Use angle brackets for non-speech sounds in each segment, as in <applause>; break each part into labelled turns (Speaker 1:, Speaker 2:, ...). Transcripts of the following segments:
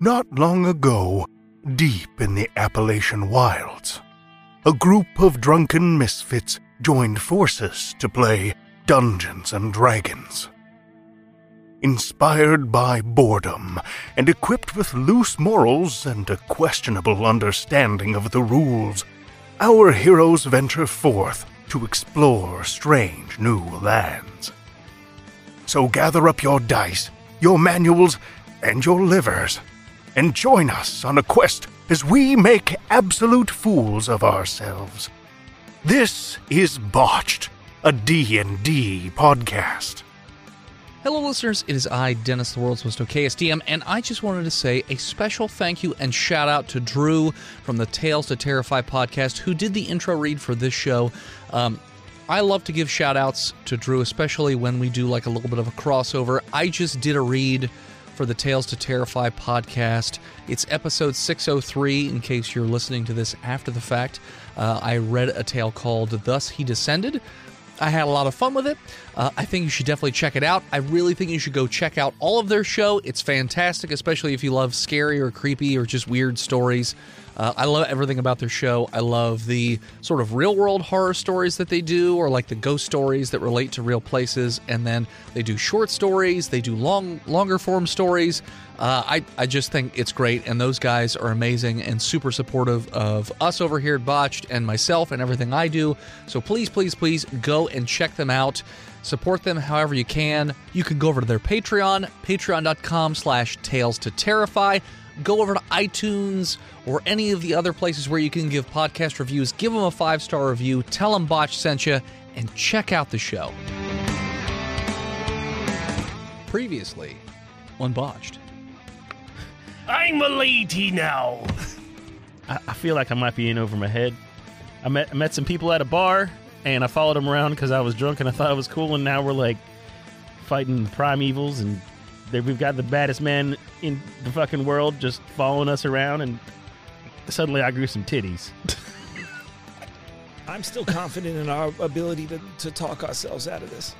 Speaker 1: Not long ago, deep in the Appalachian wilds, a group of drunken misfits joined forces to play Dungeons and Dragons. Inspired by boredom and equipped with loose morals and a questionable understanding of the rules, our heroes venture forth to explore strange new lands. So gather up your dice, your manuals, and your livers, and join us on a quest as we make absolute fools of ourselves. This is Botched, a D&D podcast.
Speaker 2: Hello, listeners. It is I, Dennis, the world's most okayest DM, and I just wanted to say a special thank you and shout out to Drew from the Tales to Terrify podcast, who did the intro read for this show. Um, I love to give shout outs to Drew, especially when we do like a little bit of a crossover. I just did a read for the Tales to Terrify podcast. It's episode 603, in case you're listening to this after the fact. Uh, I read a tale called Thus He Descended. I had a lot of fun with it. Uh, I think you should definitely check it out. I really think you should go check out all of their show. It's fantastic, especially if you love scary or creepy or just weird stories. Uh, I love everything about their show. I love the sort of real world horror stories that they do, or like the ghost stories that relate to real places. And then they do short stories, they do long, longer form stories. Uh, I, I just think it's great. And those guys are amazing and super supportive of us over here at Botched and myself and everything I do. So please, please, please go and check them out. Support them however you can. You can go over to their Patreon, patreon.com slash tales to terrify go over to iTunes or any of the other places where you can give podcast reviews. Give them a five star review, tell them Botch sent you, and check out the show. Previously on Botched.
Speaker 3: I'm a lady now.
Speaker 4: I, I feel like I might be in over my head. I met I met some people at a bar, and I followed them around because I was drunk and I thought it was cool. And now we're like fighting primevals, and there, we've got the baddest man in the fucking world just following us around. And suddenly, I grew some titties.
Speaker 5: I'm still confident in our ability to, to talk ourselves out of this.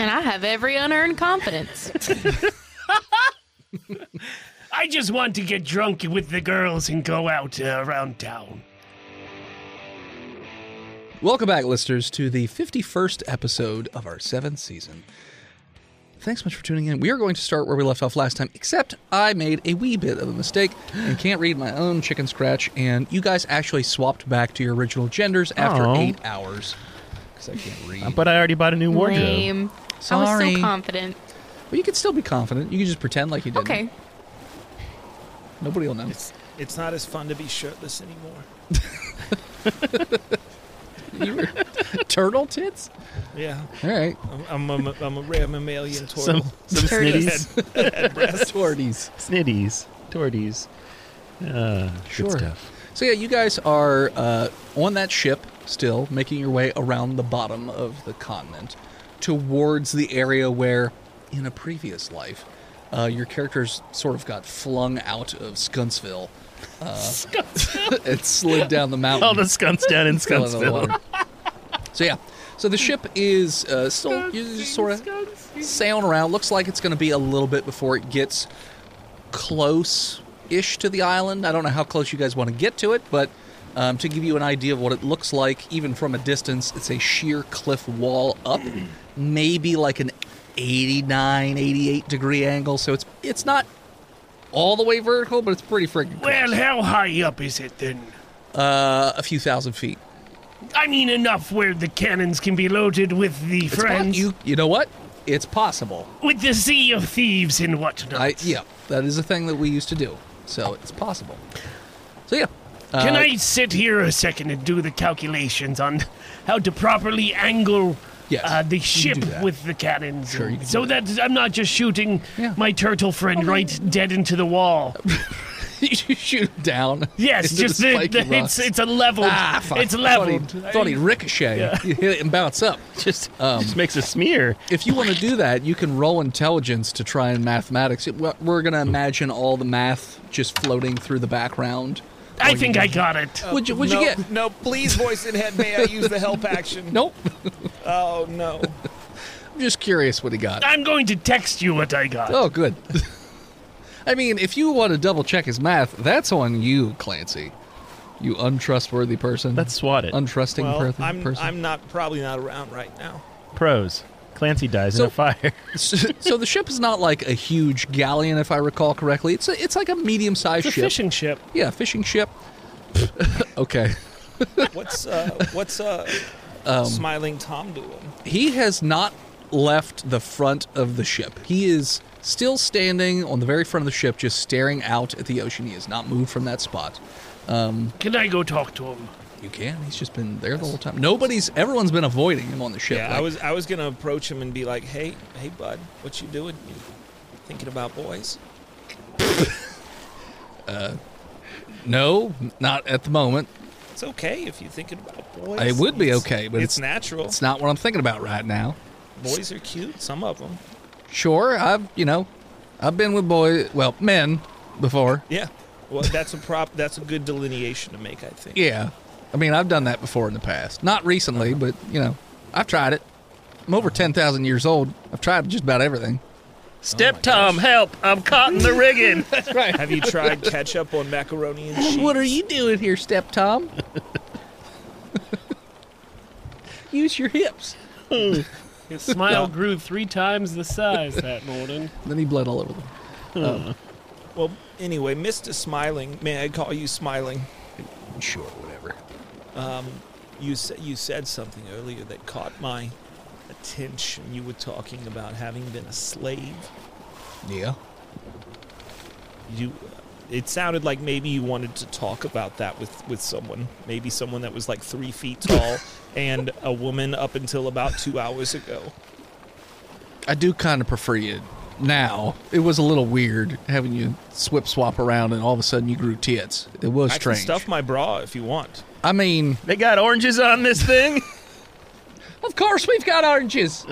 Speaker 6: And I have every unearned confidence.
Speaker 3: I just want to get drunk with the girls and go out uh, around town.
Speaker 2: Welcome back, listeners, to the 51st episode of our seventh season. Thanks so much for tuning in. We are going to start where we left off last time, except I made a wee bit of a mistake and can't read my own chicken scratch. And you guys actually swapped back to your original genders after
Speaker 4: Aw.
Speaker 2: eight hours because I can't read.
Speaker 4: Uh, But I already bought a new wardrobe.
Speaker 6: Lame. I was
Speaker 2: Sorry.
Speaker 6: so confident.
Speaker 2: But you can still be confident. You can just pretend like you didn't.
Speaker 6: Okay.
Speaker 2: Nobody will
Speaker 6: <laughs>
Speaker 2: know.
Speaker 5: It's it's not as fun to be shirtless anymore.
Speaker 2: You were- <laughs> turtle tits.
Speaker 5: Yeah,
Speaker 2: All right.
Speaker 5: I'm, I'm, a, I'm a rare mammalian turtle.
Speaker 4: Some some
Speaker 6: Turdies.
Speaker 4: snitties,
Speaker 2: <laughs> Torties.
Speaker 4: <laughs> snitties, torties. Uh,
Speaker 2: Sure.
Speaker 4: Good stuff.
Speaker 2: So yeah, you guys are uh, on that ship still, making your way around the bottom of the continent towards the area where, in a previous life, uh, your characters sort of got flung out of Skuntsville uh, <laughs> and slid down the mountain.
Speaker 4: All the skunks down in
Speaker 2: fell into the
Speaker 4: Skunksville.
Speaker 2: water. so yeah, so the ship is uh, still you just sort of sailing around. Looks like it's going to be a little bit before it gets close ish to the island. I don't know how close you guys want to get to it, but um, to give you an idea of what it looks like, even from a distance, it's a sheer cliff wall up, <clears throat> maybe like an 89, 88 degree angle. So it's it's not all the way vertical, but it's pretty freaking close.
Speaker 3: Well, how high up is it then?
Speaker 2: uh, a few thousand feet.
Speaker 3: I mean, enough where the cannons can be loaded with the
Speaker 2: It's po-
Speaker 3: friends,
Speaker 2: you you know what? It's possible.
Speaker 3: with the sea of thieves and whatnot.
Speaker 2: I yeah, that is a thing that we used to do. So it's possible. So yeah.
Speaker 3: Can
Speaker 2: Uh,
Speaker 3: I sit here a second and do the calculations on how to properly angle
Speaker 2: Yes,
Speaker 3: uh, the
Speaker 2: you can
Speaker 3: ship
Speaker 2: do that.
Speaker 3: with the cannons?
Speaker 2: Sure, you can do
Speaker 3: so that. I'm not just shooting
Speaker 2: Yeah.
Speaker 3: my turtle friend right dead into the
Speaker 2: <laughs>
Speaker 3: wall.
Speaker 2: <laughs> you shoot him down?
Speaker 3: Yes,
Speaker 2: <laughs> into
Speaker 3: just the,
Speaker 2: spiky
Speaker 3: the,
Speaker 2: rocks.
Speaker 3: it's it's a leveled.
Speaker 2: ah, fuck.
Speaker 3: It's
Speaker 2: I thought he'd-
Speaker 3: leveled.
Speaker 2: Thought he'd ricochet. You hit it and bounce
Speaker 3: <laughs>
Speaker 2: up. Um,
Speaker 4: Just, just <laughs> makes a smear.
Speaker 2: If you want to do that, you can roll intelligence to try and mathematics. It, we're- we're gonna imagine all the math just floating through the background.
Speaker 3: I think I got it.
Speaker 2: What'd you What'd
Speaker 5: no,
Speaker 2: you get?
Speaker 5: No, please, voice in head. May I use the help action?
Speaker 2: Nope.
Speaker 5: Oh no.
Speaker 2: I'm just curious what he got.
Speaker 3: I'm going to text you what I got.
Speaker 2: Oh, good. <laughs> I mean, if you want to double check his math, that's on you, Clancy. You untrustworthy person.
Speaker 4: Let's swat it.
Speaker 2: untrusting
Speaker 5: Well,
Speaker 2: per-
Speaker 5: I'm,
Speaker 2: person.
Speaker 5: I'm not probably not around right now.
Speaker 4: Pros. Clancy dies
Speaker 2: So-
Speaker 4: in a fire.
Speaker 2: <laughs> so the ship is not like a huge galleon, if I recall correctly. It's a, it's like a medium-sized
Speaker 3: It's a
Speaker 2: ship.
Speaker 3: fishing ship.
Speaker 2: Yeah, fishing ship. <laughs> okay.
Speaker 5: What's uh, what's uh,
Speaker 2: Um,
Speaker 5: smiling Tom doing?
Speaker 2: He has not left the front of the ship. He is still standing on the very front of the ship, just staring out at the ocean. He has not moved from that spot.
Speaker 3: Can I go talk to him?
Speaker 2: You can. He's just been there the whole time. Nobody's. Everyone's been avoiding him on the ship.
Speaker 5: Yeah, I
Speaker 2: Like,
Speaker 5: was I was gonna approach him and be like, hey, hey, bud, what you doing? You thinking about boys?
Speaker 2: No, not at the moment.
Speaker 5: It's okay if you're thinking about boys.
Speaker 2: It would be
Speaker 5: It's-
Speaker 2: okay, but
Speaker 5: it's,
Speaker 2: it's-
Speaker 5: natural.
Speaker 2: It's not what I'm thinking about right now.
Speaker 5: boys are cute. Some of them.
Speaker 2: Sure, I've you know, I've been with boy, well, men before.
Speaker 5: Yeah. Well, that's a prop. That's a good delineation to make. I think.
Speaker 2: Yeah, I mean, I've done that before in the past. Not recently, but you know, I've tried it. I'm over ten thousand years old. I've tried just about everything.
Speaker 4: Step
Speaker 2: Oh
Speaker 4: Tom, help! I'm caught in the rigging.
Speaker 5: Have you tried ketchup on macaroni and cheese?
Speaker 2: <laughs> What are you doing here, Step
Speaker 5: <laughs>
Speaker 2: Tom? Use your hips.
Speaker 3: <laughs> His smile grew three times the size that morning.
Speaker 2: Then he bled all over them.
Speaker 5: Well, anyway, Mister Smiling. May I call you Smiling?
Speaker 2: Sure, whatever.
Speaker 5: You sa- you said something earlier that caught my attention. You were talking about having been a slave.
Speaker 2: Yeah.
Speaker 5: You. It sounded like maybe you wanted to talk about that with, with someone. Maybe someone that was like three feet tall
Speaker 2: <laughs>
Speaker 5: and a woman up until about two hours ago.
Speaker 2: I do kind of prefer you now. It was a little weird having you swip swap around and all of a sudden you grew tits. It was
Speaker 5: I can
Speaker 2: strange.
Speaker 5: stuff my bra if you want.
Speaker 2: I mean,
Speaker 4: they got oranges on this thing. <laughs>
Speaker 2: of course we've got <laughs> oranges.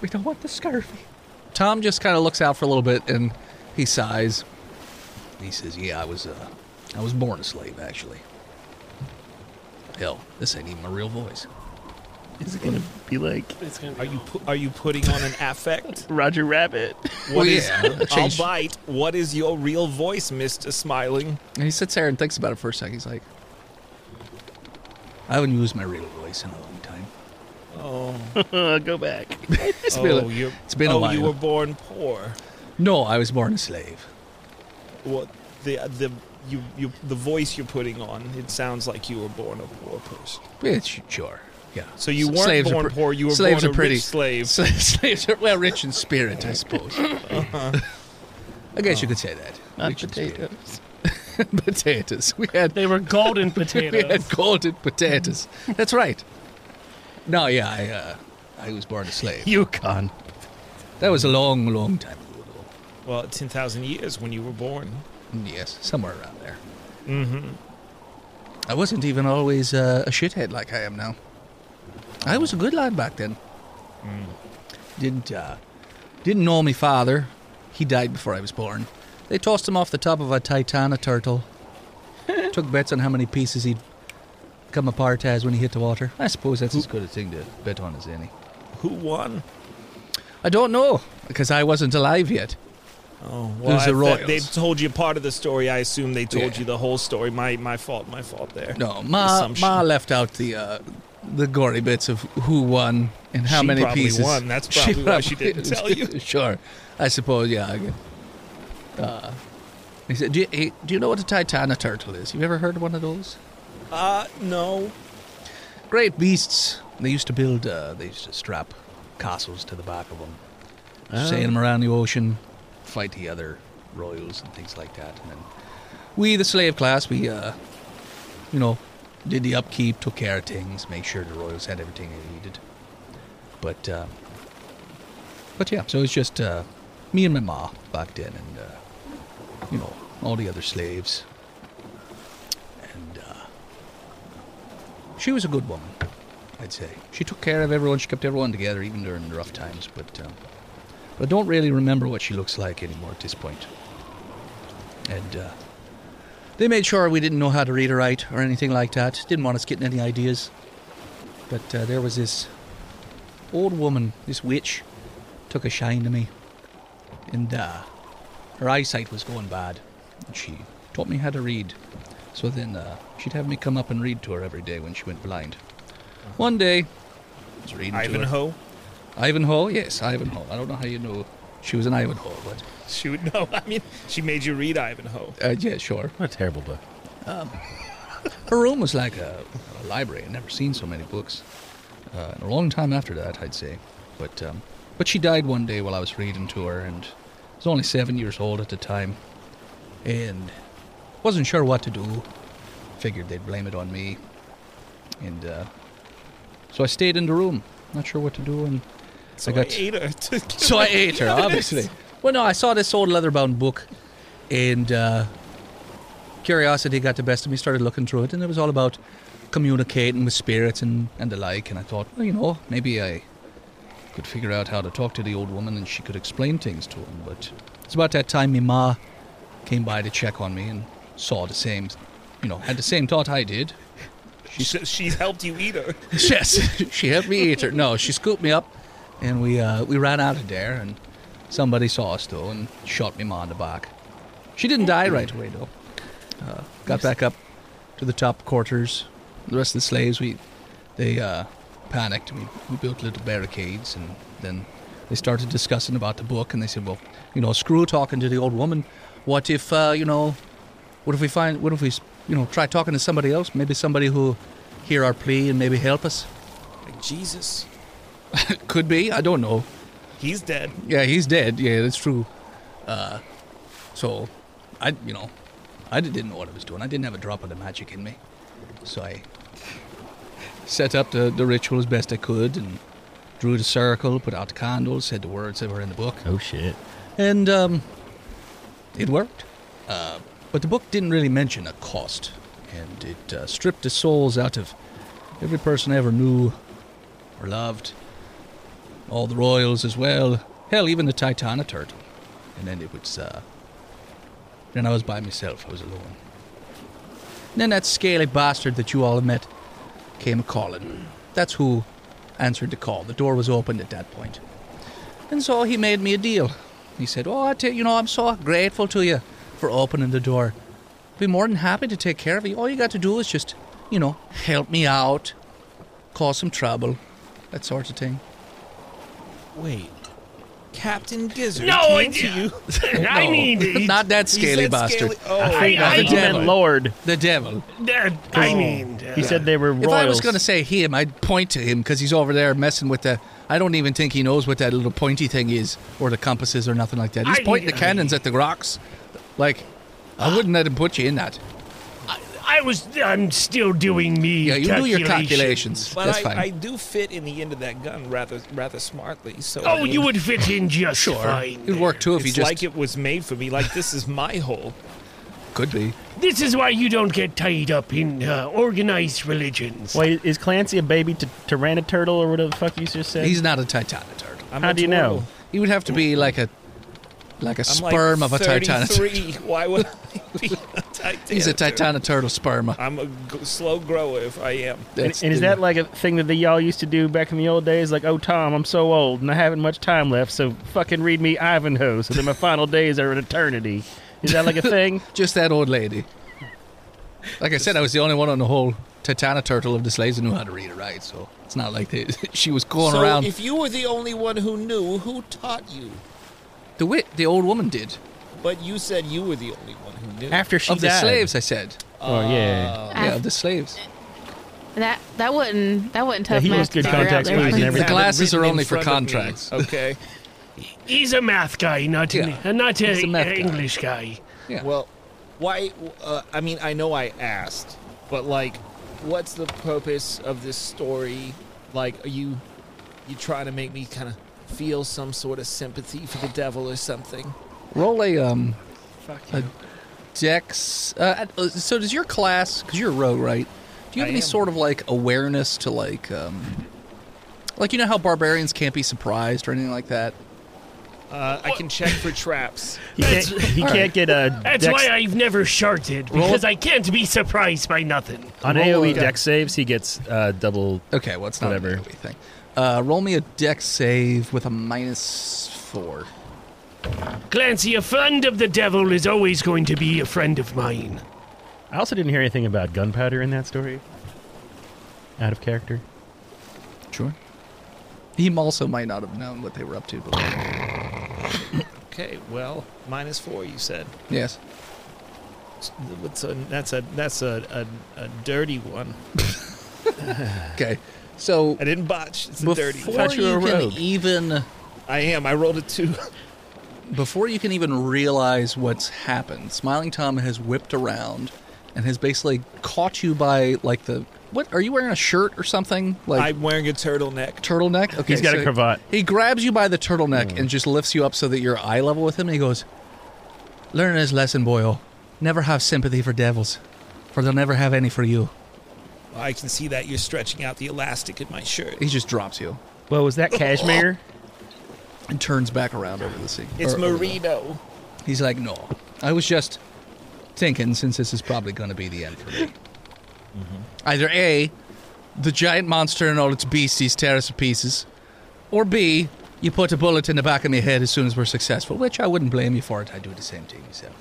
Speaker 2: we don't want the scurvy. Tom just kind of looks out for a little bit and he sighs. He says, "Yeah, I was uh I was born a slave actually." Hell, this ain't even my real voice.
Speaker 4: Is it gonna be like
Speaker 3: It's gonna be
Speaker 5: Are you pu- are you putting on an
Speaker 2: <laughs>
Speaker 5: affect?
Speaker 4: Roger Rabbit? <laughs>
Speaker 2: well,
Speaker 5: is-
Speaker 2: yeah, I
Speaker 5: I'll
Speaker 2: changed-
Speaker 5: bite. What is your real voice, Mister Smiling?
Speaker 2: And he sits there and thinks about it for a second. He's like, I haven't used my real voice in a long time.
Speaker 5: Oh,
Speaker 4: Uh, Go
Speaker 2: <laughs>
Speaker 4: back.
Speaker 2: It's been,
Speaker 5: oh,
Speaker 2: a-
Speaker 5: you're,
Speaker 2: it's been a
Speaker 5: oh,
Speaker 2: while.
Speaker 5: you were born poor.
Speaker 2: no, I was born a slave.
Speaker 5: What the the you, you the voice you're putting on? It sounds like you were born a poor person.
Speaker 2: Bitch, sure. Yeah.
Speaker 5: So you
Speaker 2: S-
Speaker 5: weren't
Speaker 2: slaves are
Speaker 5: born poor, you were
Speaker 2: slaves
Speaker 5: born
Speaker 2: are
Speaker 5: a
Speaker 2: pretty. <laughs>
Speaker 5: rich slave.
Speaker 2: S- slaves are, well, rich in spirit, I suppose.
Speaker 5: <laughs> Uh-huh.
Speaker 2: I guess you could say that.
Speaker 4: Not
Speaker 2: Rich in spirit.
Speaker 4: potatoes.
Speaker 2: <laughs> potatoes. We had
Speaker 3: They were
Speaker 2: <laughs>
Speaker 3: golden
Speaker 2: we had
Speaker 3: potatoes.
Speaker 2: golden potatoes. That's right. No, yeah, I uh, I was born a slave.
Speaker 4: Yukon.
Speaker 2: That was a long, long time ago. though.
Speaker 5: Well, ten thousand years when you were born.
Speaker 2: Yes, somewhere around there. Mm-hmm. I wasn't even always uh, a shithead like I am now. I was a good lad back then. Didn't uh, didn't know me father. He died before I was born. They tossed him off the top of a Titana turtle. Took bets on how many pieces he'd come apart as when he hit the water. I suppose that's as good a thing to bet on as any.
Speaker 5: Who won?
Speaker 2: I don't know because I wasn't alive yet.
Speaker 5: Oh,
Speaker 2: It
Speaker 5: well,
Speaker 2: was the
Speaker 5: I-
Speaker 2: royals.
Speaker 5: that- they've told you part of the story. I assume they told
Speaker 2: Yeah.
Speaker 5: you the whole story. My my fault. My fault there.
Speaker 2: No, Ma,
Speaker 5: Assumption.
Speaker 2: Ma left out the uh, the gory bits of who won and how
Speaker 5: She
Speaker 2: many
Speaker 5: probably
Speaker 2: pieces.
Speaker 5: won.
Speaker 2: <laughs>
Speaker 5: That's probably why she didn't tell you.
Speaker 2: sure, I suppose. Yeah. I, gu- uh, he said, do you, hey, "Do you know what a Titana turtle is? You ever heard of one of those
Speaker 5: Uh, no.
Speaker 2: great beasts? They used to build. Uh, they used to strap castles to the back of them, sail them around the ocean, fight the other royals and things like that. And then we, the slave class, we, uh, you know, did the upkeep, took care of things, made sure the royals had everything they needed. But, uh, but yeah, so it's just uh, me and my ma back then, and uh, you know, all the other slaves. And uh, she was a good woman, I'd say. She took care of everyone. She kept everyone together, even during the rough times. But, um, but I don't really remember what she looks like anymore at this point. And uh, they made sure we didn't know how to read or write or anything like that. Didn't want us getting any ideas. But uh, there was this old woman, this witch, took a shine to me. and uh, her eyesight was going bad. And she taught me how to read. So then uh, she'd have me come up and read to her every day when she went blind. One day, I was reading to her.
Speaker 5: Ivanhoe.
Speaker 2: Ivanhoe, yes, Ivanhoe. I don't know how you know she was an Ivanhoe, but
Speaker 5: She would know. <laughs> I mean, she made you read Ivanhoe.
Speaker 2: uh, yeah, sure. Um,
Speaker 4: What a terrible book.
Speaker 2: Her room was like a, a library. I'd never seen so many books uh, in a long time after that, I'd say. But um, but she died one day while I was reading to her, and I was only seven years old at the time, and wasn't sure what to do. Figured they'd blame it on me, and uh, so I stayed in the room, not sure what to do, and
Speaker 5: So I,
Speaker 2: got-
Speaker 5: ate her. <laughs> to
Speaker 2: <laughs>
Speaker 5: get
Speaker 2: so I
Speaker 5: rid of
Speaker 2: ate her,
Speaker 5: the
Speaker 2: obviously.
Speaker 5: evidence.
Speaker 2: Well, no, I saw this old leather-bound book, and uh, curiosity got the best of me. Started looking through it, and it was all about communicating with spirits and, and the like. And I thought, well, you know, maybe I could figure out how to talk to the old woman, and she could explain things to him. But it's about that time my ma came by to check on me and saw the same, you know, had the same thought I did.
Speaker 5: She, she helped you
Speaker 2: <laughs>
Speaker 5: eat her.
Speaker 2: Yes, she helped me eat her. No, she scooped me up, and we uh, we ran out of there. And somebody saw us though, and shot me ma in the back. She didn't die right away though. Uh, got back up to the top quarters. The rest of the slaves, we they uh, panicked. We, we built little barricades, and then they started discussing about the book. And they said, "Well, you know, screw talking to the old woman. What if uh, you know? What if we find? What if we you know try talking to somebody else? Maybe somebody who." Hear our plea and maybe help us.
Speaker 5: Like, Jesus,
Speaker 2: Could be. I don't know.
Speaker 5: he's dead.
Speaker 2: Yeah, he's dead. Yeah, that's true. Uh, so, I you know, I di- didn't know what I was doing. I didn't have a drop of the magic in me, so I set up the, the ritual as best I could and drew the circle, put out the candles, said the words that were in the book,
Speaker 4: Oh shit.
Speaker 2: and um, it worked. Uh, but the book didn't really mention a cost, and it uh, stripped the souls out of every person I ever knew or loved, all the royals as well, hell, even the Titana turtle. And then it was, uh, then I was by myself, I was alone. Then that scaly bastard that you all have met came a calling. That's who answered the call. The door was opened at that point. And so he made me a deal. He said, Oh, I tell you know, I'm so grateful to you for opening the door. Be more than happy to take care of you. All you got to do is just, you know, help me out, cause some trouble, that sort of thing.
Speaker 5: Wait, Captain Gizzard
Speaker 3: No, I
Speaker 5: came to you.
Speaker 3: <laughs> I
Speaker 2: No, <laughs>
Speaker 3: mean, it-
Speaker 2: not that
Speaker 5: He
Speaker 2: scaly
Speaker 5: said
Speaker 2: bastard.
Speaker 5: scaly- Oh,
Speaker 3: I-
Speaker 4: I think you
Speaker 2: damn
Speaker 4: meant
Speaker 2: it.
Speaker 4: Lord.
Speaker 2: The devil.
Speaker 3: uh, I mean, uh,
Speaker 4: He said they were royals.
Speaker 2: If I was going to say him, I'd point to him because he's over there messing with the. I don't even think he knows what that little pointy thing is or the compasses or nothing like that. He's
Speaker 3: I-
Speaker 2: pointing the cannons at the rocks. Like, I wouldn't let him put you in that.
Speaker 3: I was. I'm still doing me.
Speaker 2: Yeah, you do your
Speaker 3: calculation.
Speaker 2: calculations.
Speaker 5: But
Speaker 2: That's
Speaker 5: I,
Speaker 2: fine.
Speaker 5: I do fit in the end of that gun rather rather smartly. So I
Speaker 3: Oh,
Speaker 5: mean,
Speaker 3: you would fit in just
Speaker 2: sure.
Speaker 3: fine.
Speaker 2: It'd work too if
Speaker 5: It's
Speaker 2: you just
Speaker 5: like it was made for me. Like this is my hole.
Speaker 2: could be.
Speaker 3: This is why you don't get tied up in uh, organized religions.
Speaker 4: Wait, is Clancy a baby t- Tyraniturtle or whatever the fuck you just said?
Speaker 2: He's not a Titanoturtle.
Speaker 5: I'm
Speaker 4: How
Speaker 5: a
Speaker 4: do you
Speaker 5: turtle.
Speaker 4: know?
Speaker 2: He would have to be like a like a
Speaker 5: I'm like
Speaker 2: sperm of a Titanoturtle.
Speaker 5: 33. Why would I
Speaker 2: <laughs>
Speaker 5: be a Titanoturtle?
Speaker 2: He's a Titanoturtle sperm.
Speaker 5: I'm a g- slow grower if I am.
Speaker 4: And, and is that like a thing that the y'all used to do back in the old days? Like, oh, Tom, I'm so old and I haven't much time left, so fucking read me Ivanhoe, so that my final days are an eternity. Is that
Speaker 2: <laughs>
Speaker 4: like a thing?
Speaker 2: just that old lady? Like I said, I was the only one on the whole Titanoturtle of the slaves who knew how to read or write. So it's not like they, <laughs> she was going
Speaker 5: so
Speaker 2: around.
Speaker 5: if you were the only one who knew, who taught you?
Speaker 2: the wit, the old woman did
Speaker 5: But you said you were the only one who knew.
Speaker 4: After she
Speaker 2: of the
Speaker 4: died.
Speaker 2: slaves. Uh, I said,
Speaker 4: Oh yeah.
Speaker 6: Ah.
Speaker 2: yeah, of the slaves.
Speaker 6: That that wouldn't that wouldn't
Speaker 4: Yeah,
Speaker 6: tough
Speaker 4: he was
Speaker 6: math
Speaker 4: good
Speaker 6: to figure out
Speaker 4: context
Speaker 6: there.
Speaker 4: clues
Speaker 6: <laughs>
Speaker 4: and
Speaker 5: You
Speaker 4: everything.
Speaker 5: have it
Speaker 2: glasses
Speaker 5: written
Speaker 2: are
Speaker 5: in
Speaker 2: only for
Speaker 5: front of me.
Speaker 2: contracts. <laughs>
Speaker 5: Okay.
Speaker 3: He's a math guy, not an,
Speaker 2: Yeah.
Speaker 3: uh, not a,
Speaker 2: He's a math
Speaker 3: uh,
Speaker 2: guy.
Speaker 3: English guy.
Speaker 2: Yeah.
Speaker 5: Well, why? Uh, I mean, I know I asked, but like, what's the purpose of this story? Like, are you you trying to make me kind of feel some sort of sympathy for the devil or something?
Speaker 2: Roll a um, a dex. Uh, uh, so does your class? Because you're a rogue, right? Do you have
Speaker 5: I
Speaker 2: any
Speaker 5: am.
Speaker 2: sort of like awareness to like um, like you know how barbarians can't be surprised or anything like that?
Speaker 5: Uh, I can check for traps.
Speaker 4: He can't, he can't
Speaker 2: <laughs>
Speaker 4: get a
Speaker 3: That's
Speaker 4: dex,
Speaker 3: why I've never sharted because I can't be surprised by nothing.
Speaker 4: on AOE deck saves. He gets uh, double.
Speaker 2: Okay, well it's not
Speaker 4: Whatever.
Speaker 2: an AoE thing. Uh, roll me a dex save with a minus four.
Speaker 3: Clancy, a friend of the devil is always going to be a friend of mine.
Speaker 4: I also didn't hear anything about gunpowder in that story. Out of character.
Speaker 2: Sure. He also might not have known what they were up to, but
Speaker 5: <laughs> Okay, well, minus four, you said.
Speaker 2: yes.
Speaker 5: What's a, that's a that's a, a, a dirty one.
Speaker 2: Okay. So
Speaker 5: I didn't botch. It's a dirty. One.
Speaker 2: before
Speaker 4: Thought you
Speaker 2: you
Speaker 4: were a
Speaker 2: can
Speaker 4: rogue.
Speaker 2: even
Speaker 5: I am. I rolled
Speaker 2: <laughs>
Speaker 5: a two.
Speaker 2: before you can even realize what's happened, Smiling Tom has whipped around and has basically caught you by like the what are you wearing a shirt or something like
Speaker 5: I'm wearing a turtleneck.
Speaker 2: turtleneck? Okay,
Speaker 4: He's got a cravat. Hmm.
Speaker 2: He grabs you by the turtleneck and just lifts you up so that you're eye level with him. And he goes, "Learn his lesson, boyo. Never have sympathy for devils, for they'll never have any for you."
Speaker 5: I can see that you're stretching out the elastic in my shirt.
Speaker 2: He just drops you
Speaker 4: Well, was that cashmere?
Speaker 2: and turns back around over the sea.
Speaker 5: It's
Speaker 2: or over the-
Speaker 5: merino.
Speaker 2: He's like, "No, I was just thinking since this is probably going to be the end for me. Either a, the giant monster and all its beasties tear us to pieces, or b." You put a bullet in the back of my head as soon as we're successful, which I wouldn't blame you for it. I do the same thing myself.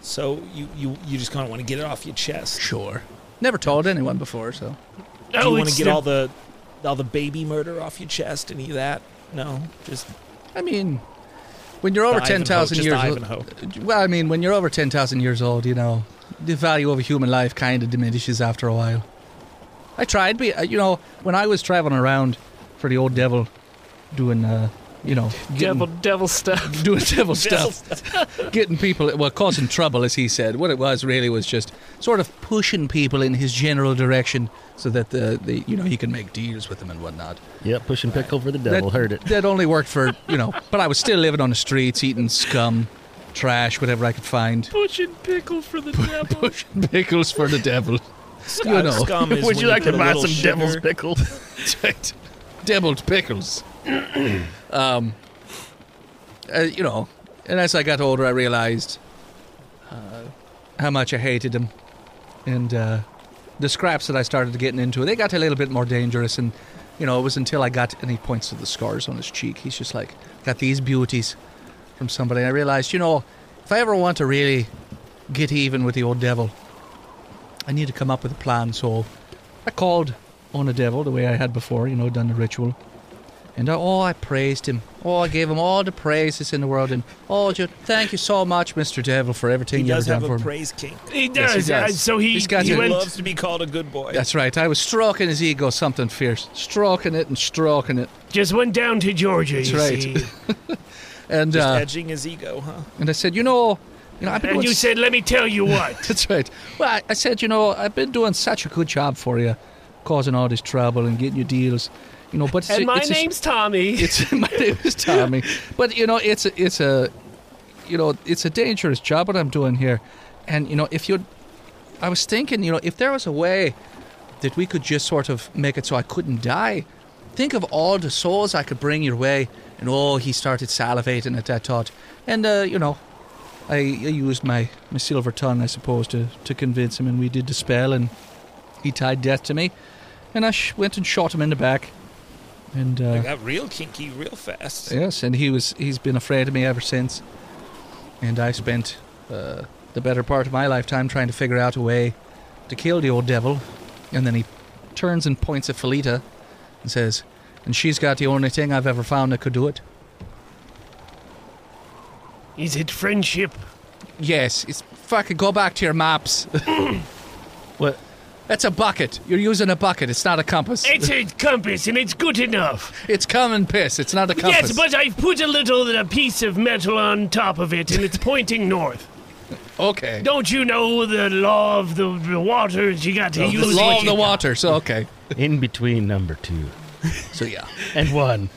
Speaker 5: So you you you just kind of want to get it off your chest.
Speaker 2: Sure. Never told anyone before, so.
Speaker 5: Do you want
Speaker 3: Oh, it's
Speaker 5: to get
Speaker 3: the-
Speaker 5: all the all the baby murder off your chest? Any of that? No, just
Speaker 2: I mean, when you're over
Speaker 5: The
Speaker 2: ten thousand years
Speaker 5: Ivanhoe,
Speaker 2: old,
Speaker 5: just
Speaker 2: well, I mean, when you're over ten thousand years old, you know, the value of a human life kind of diminishes after a while. I tried, but uh, you know, when I was traveling around for the old devil, doing, uh, you know, getting-
Speaker 7: Devil, devil stuff.
Speaker 2: <laughs> doing devil stuff, <laughs> getting people, well, causing trouble, as he said. What it was really was just sort of pushing people in his general direction, so that the, the you know, he can make deals with them and whatnot.
Speaker 4: <laughs> yep, pushing pickle for the devil.
Speaker 2: that,
Speaker 4: Heard it.
Speaker 2: That only worked for you know, but I was still living on the streets, eating scum, trash, whatever I could find,
Speaker 7: Pushing pickle for the devil.
Speaker 2: pushing <laughs> pickles for the devil, You know.
Speaker 5: Scum is when put a little sugar-
Speaker 4: pickle?
Speaker 5: <laughs>
Speaker 2: <laughs> deviled pickles. <clears throat> um, uh, you know, and as I got older, I realized uh, how much I hated them, and uh, the scraps that I started getting into, they got a little bit more dangerous, and. You know, it was until I got, and he points to the scars on his cheek. He's just like, got these beauties. from somebody. I realized, you know, if I ever want to really get even with the old devil, I need to come up with a plan. So I called on the devil the way I had before, you know, done the ritual. And I, oh, I praised him. Oh, I gave him all the praises in the world. And oh, ju- thank you so much, Mr. Devil, for everything
Speaker 5: He
Speaker 2: you've
Speaker 5: does
Speaker 2: done
Speaker 5: have
Speaker 2: for
Speaker 5: a
Speaker 2: me.
Speaker 5: praise kink.
Speaker 3: He does.
Speaker 2: Yes, he
Speaker 3: uh,
Speaker 2: does.
Speaker 3: so he,
Speaker 2: He's got
Speaker 5: He
Speaker 3: he
Speaker 2: it.
Speaker 3: went.
Speaker 5: loves to be called a good boy.
Speaker 2: That's right. I was stroking his ego something fierce, stroking it and stroking it.
Speaker 3: Just went down to Georgia.
Speaker 2: That's
Speaker 3: you
Speaker 2: right.
Speaker 3: see.
Speaker 2: And
Speaker 5: Just
Speaker 2: uh,
Speaker 5: edging his ego, huh?
Speaker 2: and I said, you know, you know, I've been
Speaker 3: and
Speaker 2: doing
Speaker 3: you
Speaker 2: s-
Speaker 3: said, "Let me tell
Speaker 2: <laughs>
Speaker 3: you what."
Speaker 2: That's right. Well, I, I said, you know, I've been doing such a good job for you, causing all this trouble and getting you deals, you know. But it's
Speaker 7: And
Speaker 2: a-
Speaker 7: my
Speaker 2: it's a-
Speaker 7: name's Tommy.
Speaker 2: it's <laughs> my name is Tommy. But you know, it's a, it's a, you know, it's a dangerous job what I'm doing here, and you know, if you, I was thinking, you know, if there was a way that we could just sort of make it so I couldn't die, think of all the souls I could bring your way, and oh, he started salivating at that thought, and uh, you know. I, I used my, my silver tongue, I suppose, to, to convince him, and we did the spell, and he tied death to me. And I sh- went and shot him in the back. And uh,
Speaker 5: I got real kinky real fast.
Speaker 2: Yes, and he was he's been afraid of me ever since. And I spent uh, the better part of my lifetime trying to figure out a way to kill the old devil. And then he turns and points at Felita and says, "And she's got the only thing I've ever found that could do it."
Speaker 3: Is it friendship?
Speaker 2: Yes, it's fucking go back to your <coughs> maps.
Speaker 4: What?
Speaker 2: That's a bucket. You're using a bucket. It's not a compass.
Speaker 3: It's a compass, and it's good enough.
Speaker 2: It's common piss. It's not a compass.
Speaker 3: Yes, but I've put a little a piece of metal on top of it,
Speaker 2: <laughs>
Speaker 3: and it's pointing north.
Speaker 2: okay.
Speaker 3: Don't you know the law of the, the waters? You got to
Speaker 2: the
Speaker 3: use
Speaker 2: law
Speaker 3: what
Speaker 2: of the
Speaker 3: you-
Speaker 2: water. So okay.
Speaker 4: In between number two
Speaker 2: So yeah.
Speaker 4: and one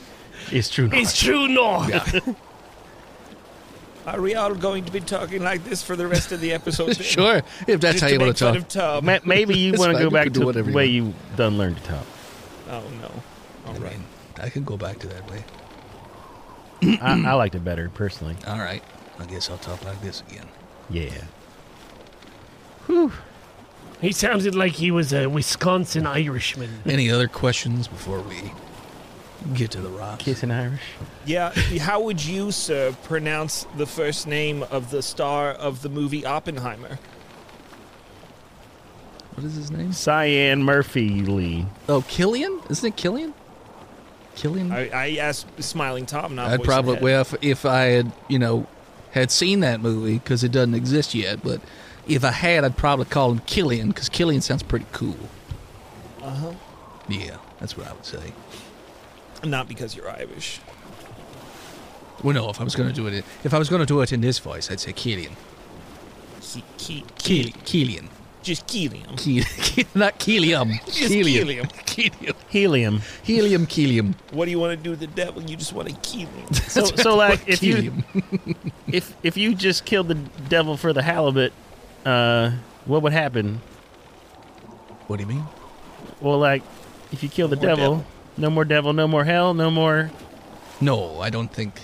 Speaker 4: is true. north.
Speaker 3: It's true north. <laughs>
Speaker 5: Are we all going to be talking like this for the rest of the
Speaker 2: <laughs>
Speaker 5: episode? then?
Speaker 2: Sure. If that's
Speaker 5: Just
Speaker 2: how
Speaker 5: to
Speaker 2: you want
Speaker 5: make
Speaker 2: to
Speaker 5: fun
Speaker 2: talk.
Speaker 5: of Tom.
Speaker 4: Ma- Maybe you
Speaker 2: It's
Speaker 4: want to
Speaker 2: fine,
Speaker 4: go
Speaker 2: you
Speaker 4: back
Speaker 2: can do
Speaker 4: to
Speaker 2: whatever
Speaker 4: the
Speaker 2: you
Speaker 4: way
Speaker 2: want.
Speaker 4: you done learned to <clears throat> talk.
Speaker 5: Oh no! All
Speaker 2: I
Speaker 5: right.
Speaker 2: mean, I can go back to that way.
Speaker 4: I, I liked it better personally.
Speaker 2: All right. I guess I'll talk like this again.
Speaker 4: Yeah.
Speaker 3: He sounded like he was a Wisconsin Irishman.
Speaker 2: Any other questions before we Get to the rocks.
Speaker 4: Kissing Irish.
Speaker 5: Yeah, how would you, sir, pronounce the first name of the star of the movie Oppenheimer?
Speaker 2: What is his name?
Speaker 4: Cyan Murphy Lee.
Speaker 2: Oh, Killian? Isn't it Killian? Killian?
Speaker 5: I, I asked Smiling Tom, not
Speaker 2: Hmm. I'd
Speaker 5: voicing
Speaker 2: probably
Speaker 5: Head.
Speaker 2: well if, if I had you know had seen that movie because it doesn't exist yet. But if I had, I'd probably call him Killian because Killian sounds pretty cool.
Speaker 5: Uh-huh.
Speaker 2: Yeah, that's what I would say.
Speaker 5: Not because you're Irish.
Speaker 2: Well, no, if I was going to do it, if I was going to do it in this voice, I'd say Killian.
Speaker 5: He, he,
Speaker 2: Kill, Killian.
Speaker 5: just
Speaker 2: <laughs>
Speaker 5: Helium.
Speaker 2: Kill, not Killium. Killium.
Speaker 5: Just Helium.
Speaker 2: Killium.
Speaker 4: <laughs> Helium.
Speaker 2: Helium. Killium.
Speaker 5: What do you want to do to the devil? You just want to
Speaker 2: <laughs>
Speaker 5: kill him.
Speaker 4: So, so like if you
Speaker 2: Killium.
Speaker 4: if if you just killed the devil for the halibut, uh, what would happen?
Speaker 2: What do you mean?
Speaker 4: Well, like if you kill the
Speaker 5: more
Speaker 4: devil,
Speaker 5: devil.
Speaker 4: no more devil, no more hell, no more.
Speaker 2: No, I don't think.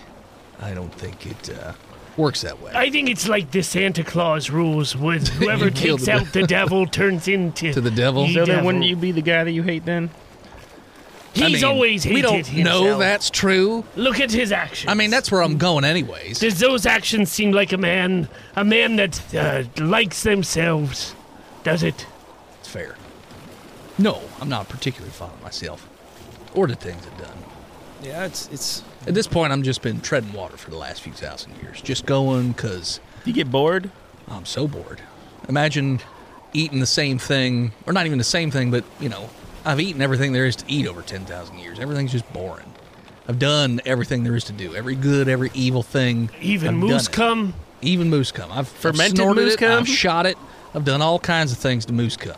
Speaker 2: I don't think it uh, works that way.
Speaker 3: I think it's like the Santa Claus
Speaker 2: <laughs>
Speaker 3: rules with whoever
Speaker 2: killed
Speaker 3: takes
Speaker 2: the-
Speaker 3: out the devil turns into
Speaker 2: to the devil.
Speaker 3: Ye
Speaker 4: So then,
Speaker 3: devil.
Speaker 4: wouldn't you be the guy that you hate then?
Speaker 3: He's
Speaker 2: I mean,
Speaker 3: always hated
Speaker 2: We don't
Speaker 3: himself.
Speaker 2: know that's true.
Speaker 3: Look at his actions.
Speaker 2: I mean, that's where I'm going, anyways.
Speaker 3: Does those actions seem like a man, a man that uh, likes themselves? Does it?
Speaker 2: It's fair. No, I'm not particularly fond of myself or the things I've done.
Speaker 5: Yeah, it's it's
Speaker 2: At this point, I'm just been treading water for the last few thousand years, just going because
Speaker 4: You get bored.
Speaker 2: I'm so bored. Imagine eating the same thing, or not even the same thing, but you know, I've eaten everything there is to eat over 10,000 years. Everything's just boring. I've done everything there is to do. Every good, every evil thing. I've
Speaker 3: Even
Speaker 2: done
Speaker 3: moose
Speaker 2: it.
Speaker 3: come?
Speaker 2: Even moose cum. I've
Speaker 4: Fermented
Speaker 2: I've snorted
Speaker 4: moose
Speaker 2: it,
Speaker 4: cum?
Speaker 2: I've shot it. I've done all kinds of things to moose cum.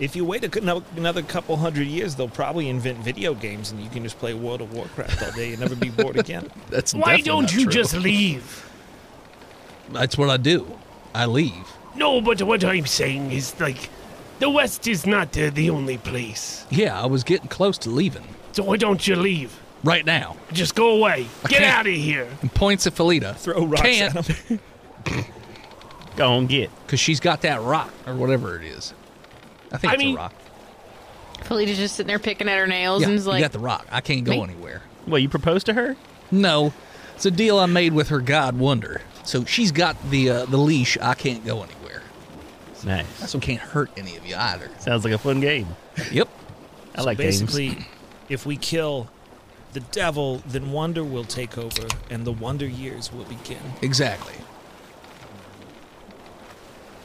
Speaker 5: if you wait a, cou- no- another couple hundred years, they'll probably invent video games and you can just play World of Warcraft all day and never be bored again.
Speaker 2: That's
Speaker 3: Why
Speaker 2: definitely
Speaker 3: don't
Speaker 2: not
Speaker 3: you
Speaker 2: true.
Speaker 3: just leave?
Speaker 2: That's what I do. I leave.
Speaker 3: No, but what I'm saying is like, the West is not uh, the only place.
Speaker 2: Yeah, I was getting close to leaving
Speaker 3: So why don't you leave?
Speaker 2: right now.
Speaker 3: Just go away. Get
Speaker 2: can't-
Speaker 3: out of here.
Speaker 2: And points at Felita.
Speaker 5: Throw rocks
Speaker 2: Can't
Speaker 5: at them.
Speaker 4: Go on, get.
Speaker 2: because she's got that rock or whatever it is. I think
Speaker 3: I
Speaker 2: it's
Speaker 3: mean-
Speaker 2: a rock.
Speaker 6: Felita's just sitting there picking at her nails
Speaker 2: Yeah,
Speaker 6: and
Speaker 2: you
Speaker 6: is like,
Speaker 2: got the rock. I can't go
Speaker 6: Me?
Speaker 2: anywhere.
Speaker 4: Well, you propose to her?
Speaker 2: No, it's a deal I made with her god Wonder. So she's got the uh, the leash. I can't go anywhere.
Speaker 4: Nice.
Speaker 2: So can't hurt any of you either.
Speaker 4: Sounds like a fun game.
Speaker 2: Yep.
Speaker 4: I like
Speaker 5: Basically, if we kill the devil, then wonder will take over and the wonder years will begin.
Speaker 2: Exactly.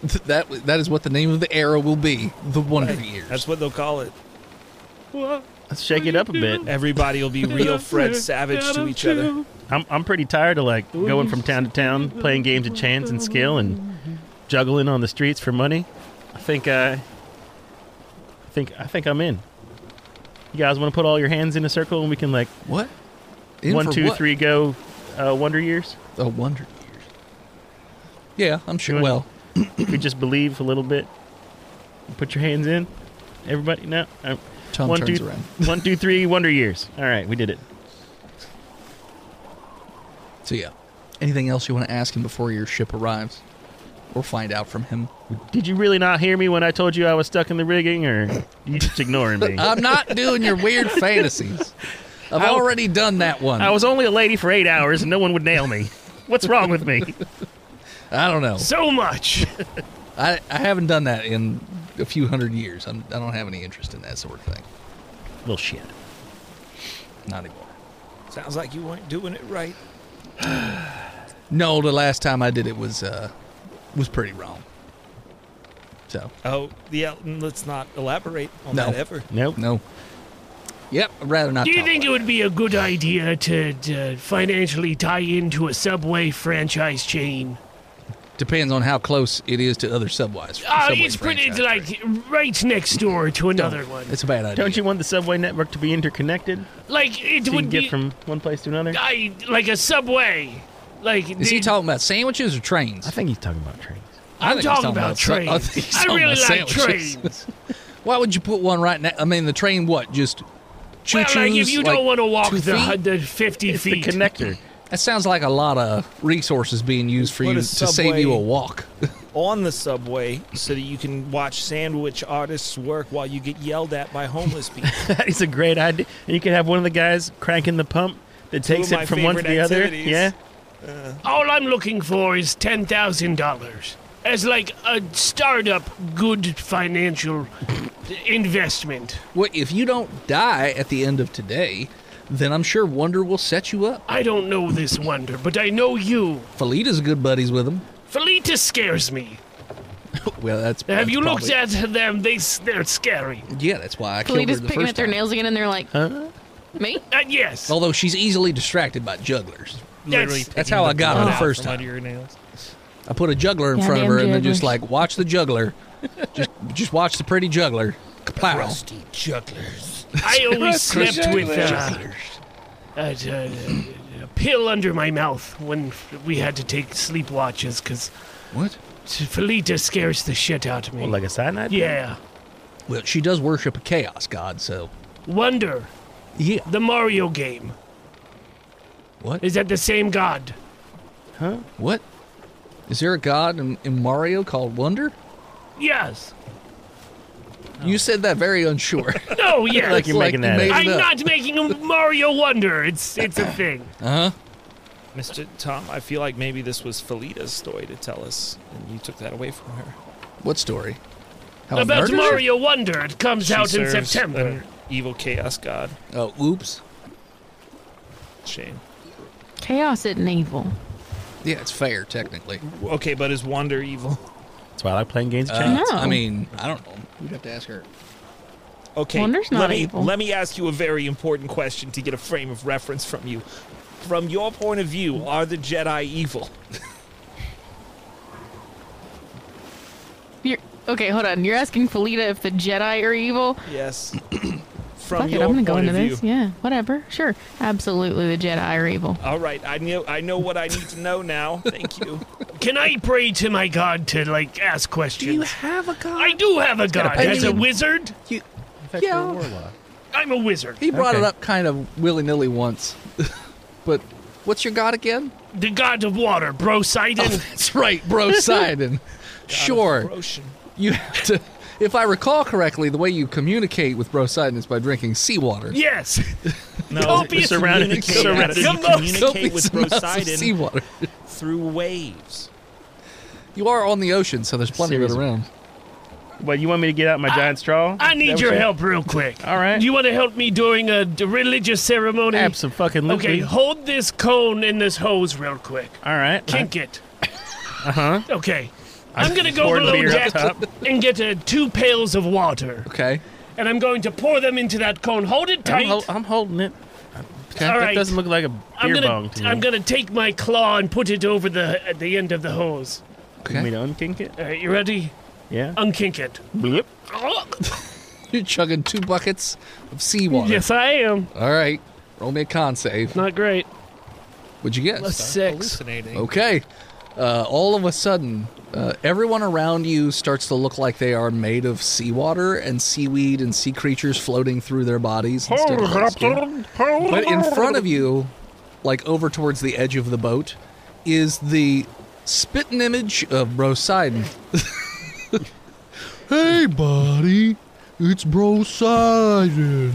Speaker 2: Th- That w- that is what the name of the era will be. The Wonder Years.
Speaker 5: That's what they'll call it.
Speaker 4: games. Let's shake it up a bit.
Speaker 5: Everybody will be real Fred Savage to each other.
Speaker 4: I'm I'm pretty tired of like going from town to town, playing games of chance and skill, and juggling on the streets for money. I think uh, I think I think I'm in. You guys want to put all your hands in a circle and we can like
Speaker 2: what? In
Speaker 4: one,
Speaker 2: for
Speaker 4: two,
Speaker 2: what?
Speaker 4: three, go. Uh, Wonder years.
Speaker 2: The Wonder Years. Yeah, I'm sure.
Speaker 4: You
Speaker 2: Well,
Speaker 4: want- we just believe a little bit. Put your hands in. Everybody, no. Um,
Speaker 2: Tom
Speaker 4: one,
Speaker 2: turns
Speaker 4: two,
Speaker 2: around.
Speaker 4: <laughs> one, two, three. Wonder years. All right, we did it.
Speaker 2: So yeah. Anything else you want to ask him before your ship arrives, or find out from him?
Speaker 4: Did you really not hear me when I told you I was stuck in the rigging, or you just
Speaker 2: <laughs>
Speaker 4: ignoring me?
Speaker 2: <laughs> I'm not doing your weird <laughs> fantasies. I've
Speaker 4: I-
Speaker 2: already done that one.
Speaker 4: I was only a lady for eight hours and no one would nail me. What's wrong
Speaker 2: <laughs>
Speaker 4: with me?
Speaker 2: I don't know.
Speaker 3: So much. <laughs>
Speaker 2: I, I haven't done that in a few hundred years. I'm, I don't have any interest in that sort of thing.
Speaker 4: Little shit.
Speaker 2: Not anymore.
Speaker 5: Sounds like you weren't doing it right.
Speaker 2: No, the last time I did it was uh, was pretty wrong. So
Speaker 5: Oh, yeah. Let's not elaborate on
Speaker 2: No.
Speaker 5: that ever.
Speaker 4: Nope.
Speaker 2: no. Yep, I'd rather not.
Speaker 3: Do you
Speaker 2: talk
Speaker 3: think it
Speaker 2: about
Speaker 3: would be a good idea to, to financially tie into a subway franchise chain?
Speaker 2: it. depends on how close it is to other subways?
Speaker 3: Uh,
Speaker 2: subway
Speaker 3: it's pretty it's
Speaker 2: franchise.
Speaker 3: like right next door to
Speaker 2: Don't.
Speaker 3: another one.
Speaker 2: It's a bad idea.
Speaker 4: Don't you want the subway network to be interconnected
Speaker 3: Like it
Speaker 4: so you can
Speaker 3: would
Speaker 4: get
Speaker 3: be
Speaker 4: from one place to another?
Speaker 3: I like a subway. Like
Speaker 2: Is he
Speaker 3: the-
Speaker 2: talking about sandwiches or trains?
Speaker 4: I think he's talking about trains.
Speaker 2: I
Speaker 3: I'm
Speaker 2: think he's
Speaker 3: talking,
Speaker 2: talking
Speaker 3: about,
Speaker 2: about su- I
Speaker 3: trains.
Speaker 2: think <laughs> he's
Speaker 3: I,
Speaker 2: talking
Speaker 3: really
Speaker 2: about
Speaker 3: like
Speaker 2: <laughs> sandwiches.
Speaker 3: trains.
Speaker 2: Why would you put one right now? I mean, the train what? Just choo
Speaker 3: well,
Speaker 2: choos.
Speaker 3: like if you don't want to walk
Speaker 2: two
Speaker 3: the, hu-
Speaker 2: feet?
Speaker 3: the 50
Speaker 4: It's
Speaker 5: <laughs>
Speaker 3: feet,
Speaker 4: the connector.
Speaker 2: That sounds like a lot of resources being used for
Speaker 5: What
Speaker 2: you
Speaker 5: a
Speaker 2: to save you a
Speaker 5: subway-
Speaker 2: walk. <laughs>
Speaker 5: on the subway so that you can watch sandwich artists work while you get yelled at by homeless people.
Speaker 4: That is a great idea. And you could have one of the guys cranking the pump that
Speaker 5: Two
Speaker 4: takes
Speaker 5: of my
Speaker 4: it from one to
Speaker 5: favorite
Speaker 4: the other.
Speaker 5: activities.
Speaker 4: Yeah.
Speaker 3: All I'm looking for is ten thousand dollars as like a startup, good financial investment.
Speaker 2: Well, if you don't die at the end of today, then I'm sure Wonder will set you up.
Speaker 3: I don't know this wonder, but I know you.
Speaker 2: Felita's good buddies with him.
Speaker 3: Felita scares me.
Speaker 2: Well, that's.
Speaker 3: Have
Speaker 2: that's
Speaker 3: you looked
Speaker 2: probably-
Speaker 3: at them? They s- they're scary.
Speaker 2: Yeah, that's why I killed her
Speaker 6: Kalita's
Speaker 2: the
Speaker 6: picking
Speaker 2: first
Speaker 6: at their
Speaker 2: time.
Speaker 6: nails again, and they're like, "Me?
Speaker 3: Uh, yes.
Speaker 2: Although she's easily distracted by jugglers.
Speaker 3: That's-
Speaker 2: That's how I got her the first
Speaker 5: From
Speaker 2: time.
Speaker 5: under your nails.
Speaker 2: I put a juggler in front of
Speaker 6: Goddamn
Speaker 2: her and then just
Speaker 6: jugglers.
Speaker 2: like watch the juggler. <laughs> just just watch the pretty juggler. Kapow.
Speaker 4: <laughs>
Speaker 3: <laughs> I always slept with uh, a, a, a pill under my mouth when we had to take sleep watches because
Speaker 2: What?
Speaker 3: Felita scares the shit out of me.
Speaker 4: Well, like a cyanide?
Speaker 3: yeah.
Speaker 2: Well, she does worship a chaos god, so
Speaker 3: Wonder,
Speaker 2: yeah.
Speaker 3: the Mario game.
Speaker 2: What?
Speaker 3: Is that the same god?
Speaker 2: What? Is there a god in, in Mario called Wonder?
Speaker 3: Yes.
Speaker 2: You said that very <laughs> unsure.
Speaker 3: No,
Speaker 4: <laughs>
Speaker 3: yes.
Speaker 4: Like
Speaker 2: <laughs>
Speaker 4: you're
Speaker 2: Like
Speaker 4: making
Speaker 2: you
Speaker 4: that
Speaker 2: made-
Speaker 4: up.
Speaker 3: I'm
Speaker 2: it up.
Speaker 3: not making a Mario Wonder. It's it's
Speaker 4: <laughs>
Speaker 3: a thing.
Speaker 2: uh huh.
Speaker 5: Mr. Tom, I feel like maybe this was Felita's story to tell us, and you took that away from her.
Speaker 2: What story? How I
Speaker 3: About
Speaker 2: murdered her?
Speaker 3: Mario Wonder, it comes
Speaker 5: She
Speaker 3: out in
Speaker 5: serves
Speaker 3: September.
Speaker 5: An evil chaos god.
Speaker 2: Oh, oops.
Speaker 5: Shame.
Speaker 6: Chaos isn't evil."
Speaker 2: Yeah, it's fair technically.
Speaker 5: Okay, but is Wonder evil? <laughs>
Speaker 4: That's why I like playing games of
Speaker 2: Uh,
Speaker 4: chance.
Speaker 6: No.
Speaker 2: I mean, I don't know. You'd have to ask her.
Speaker 5: Okay.
Speaker 6: Wonder's
Speaker 5: let
Speaker 6: not
Speaker 5: me,
Speaker 6: evil.
Speaker 5: Let me ask you a very important question to get a frame of reference from you. From your point of view, are the Jedi evil?
Speaker 6: You're okay. Hold on. You're asking Felita if the Jedi are evil.
Speaker 5: Yes. <clears throat> from
Speaker 6: Fuck it.
Speaker 5: your
Speaker 6: I'm gonna
Speaker 5: point
Speaker 6: go into
Speaker 5: of
Speaker 6: this.
Speaker 5: view.
Speaker 6: Yeah. Whatever. Sure. Absolutely, the Jedi are evil.
Speaker 5: All right, I know I know what I need to know now. Thank you.
Speaker 6: <laughs>
Speaker 3: Can I pray to my god to like ask questions?
Speaker 2: have a god?
Speaker 3: I do have a god.
Speaker 2: pay
Speaker 3: As
Speaker 2: you
Speaker 3: a
Speaker 2: in-
Speaker 3: wizard,
Speaker 2: yeah.
Speaker 3: I'm a wizard.
Speaker 2: He brought it
Speaker 4: Okay.
Speaker 2: up kind of willy nilly once. <laughs> but what's your god again? <laughs>
Speaker 3: The god of water, Broseidon.
Speaker 2: That's right, <laughs> Bro Sidon. sure.
Speaker 5: Roshan.
Speaker 2: You have to. If I recall correctly, the way you communicate with Bro Sidon is by drinking seawater. <laughs>
Speaker 3: yes.
Speaker 5: No,
Speaker 3: Copious
Speaker 4: Surrounded,
Speaker 5: communicate,
Speaker 4: surrounded.
Speaker 5: you
Speaker 3: Come on,
Speaker 5: communicate with
Speaker 2: Something smells of
Speaker 5: Poseidon
Speaker 2: Seawater.
Speaker 5: through waves.
Speaker 2: You are on the ocean, so there's plenty of it
Speaker 4: Seriously.
Speaker 2: around.
Speaker 4: What, you want me to get out my giant straw?
Speaker 3: I
Speaker 4: Is that
Speaker 3: need
Speaker 4: what
Speaker 3: your
Speaker 4: you-
Speaker 3: help real quick.
Speaker 4: All right.
Speaker 3: You want to help me during a d- religious ceremony?
Speaker 4: Absolutely.
Speaker 3: Okay, hold this cone in this hose real quick.
Speaker 4: All right. <laughs>
Speaker 3: Kink it. Uh huh. Okay. I'm gonna go
Speaker 4: poured
Speaker 3: below
Speaker 4: Uh-huh. beer up
Speaker 3: deck
Speaker 4: top.
Speaker 3: and get uh, two pails of water,
Speaker 2: Okay.
Speaker 3: and I'm going to pour them into that cone. Hold it
Speaker 4: I'm,
Speaker 3: tight.
Speaker 4: hol- I'm holding it.
Speaker 2: Okay.
Speaker 3: All
Speaker 4: that
Speaker 3: right.
Speaker 4: doesn't look like a beer
Speaker 3: I'm gonna
Speaker 4: bong to me.
Speaker 3: I'm gonna take my claw and put it over the at the end of the hose.
Speaker 4: You
Speaker 2: okay.
Speaker 4: want me to unkink it?
Speaker 3: All right, you ready?
Speaker 4: Yeah.
Speaker 3: Unkink it.
Speaker 4: Bloop.
Speaker 3: Oh,
Speaker 2: You're chugging two buckets of seawater.
Speaker 3: yes, I am.
Speaker 2: All right. Roll me a con save.
Speaker 3: Not great.
Speaker 2: What'd you get?
Speaker 3: A six.
Speaker 5: Fascinating.
Speaker 6: Oh.
Speaker 2: Okay. Uh, all of a sudden, uh, everyone around you starts to look like they are made of seawater and seaweed and sea creatures floating through their bodies. Instead of their skin. but in front of you, like over towards the edge of the boat, is the spitting image of Bro
Speaker 8: <laughs>
Speaker 2: Sidon. hey, buddy. It's Bro Sidon.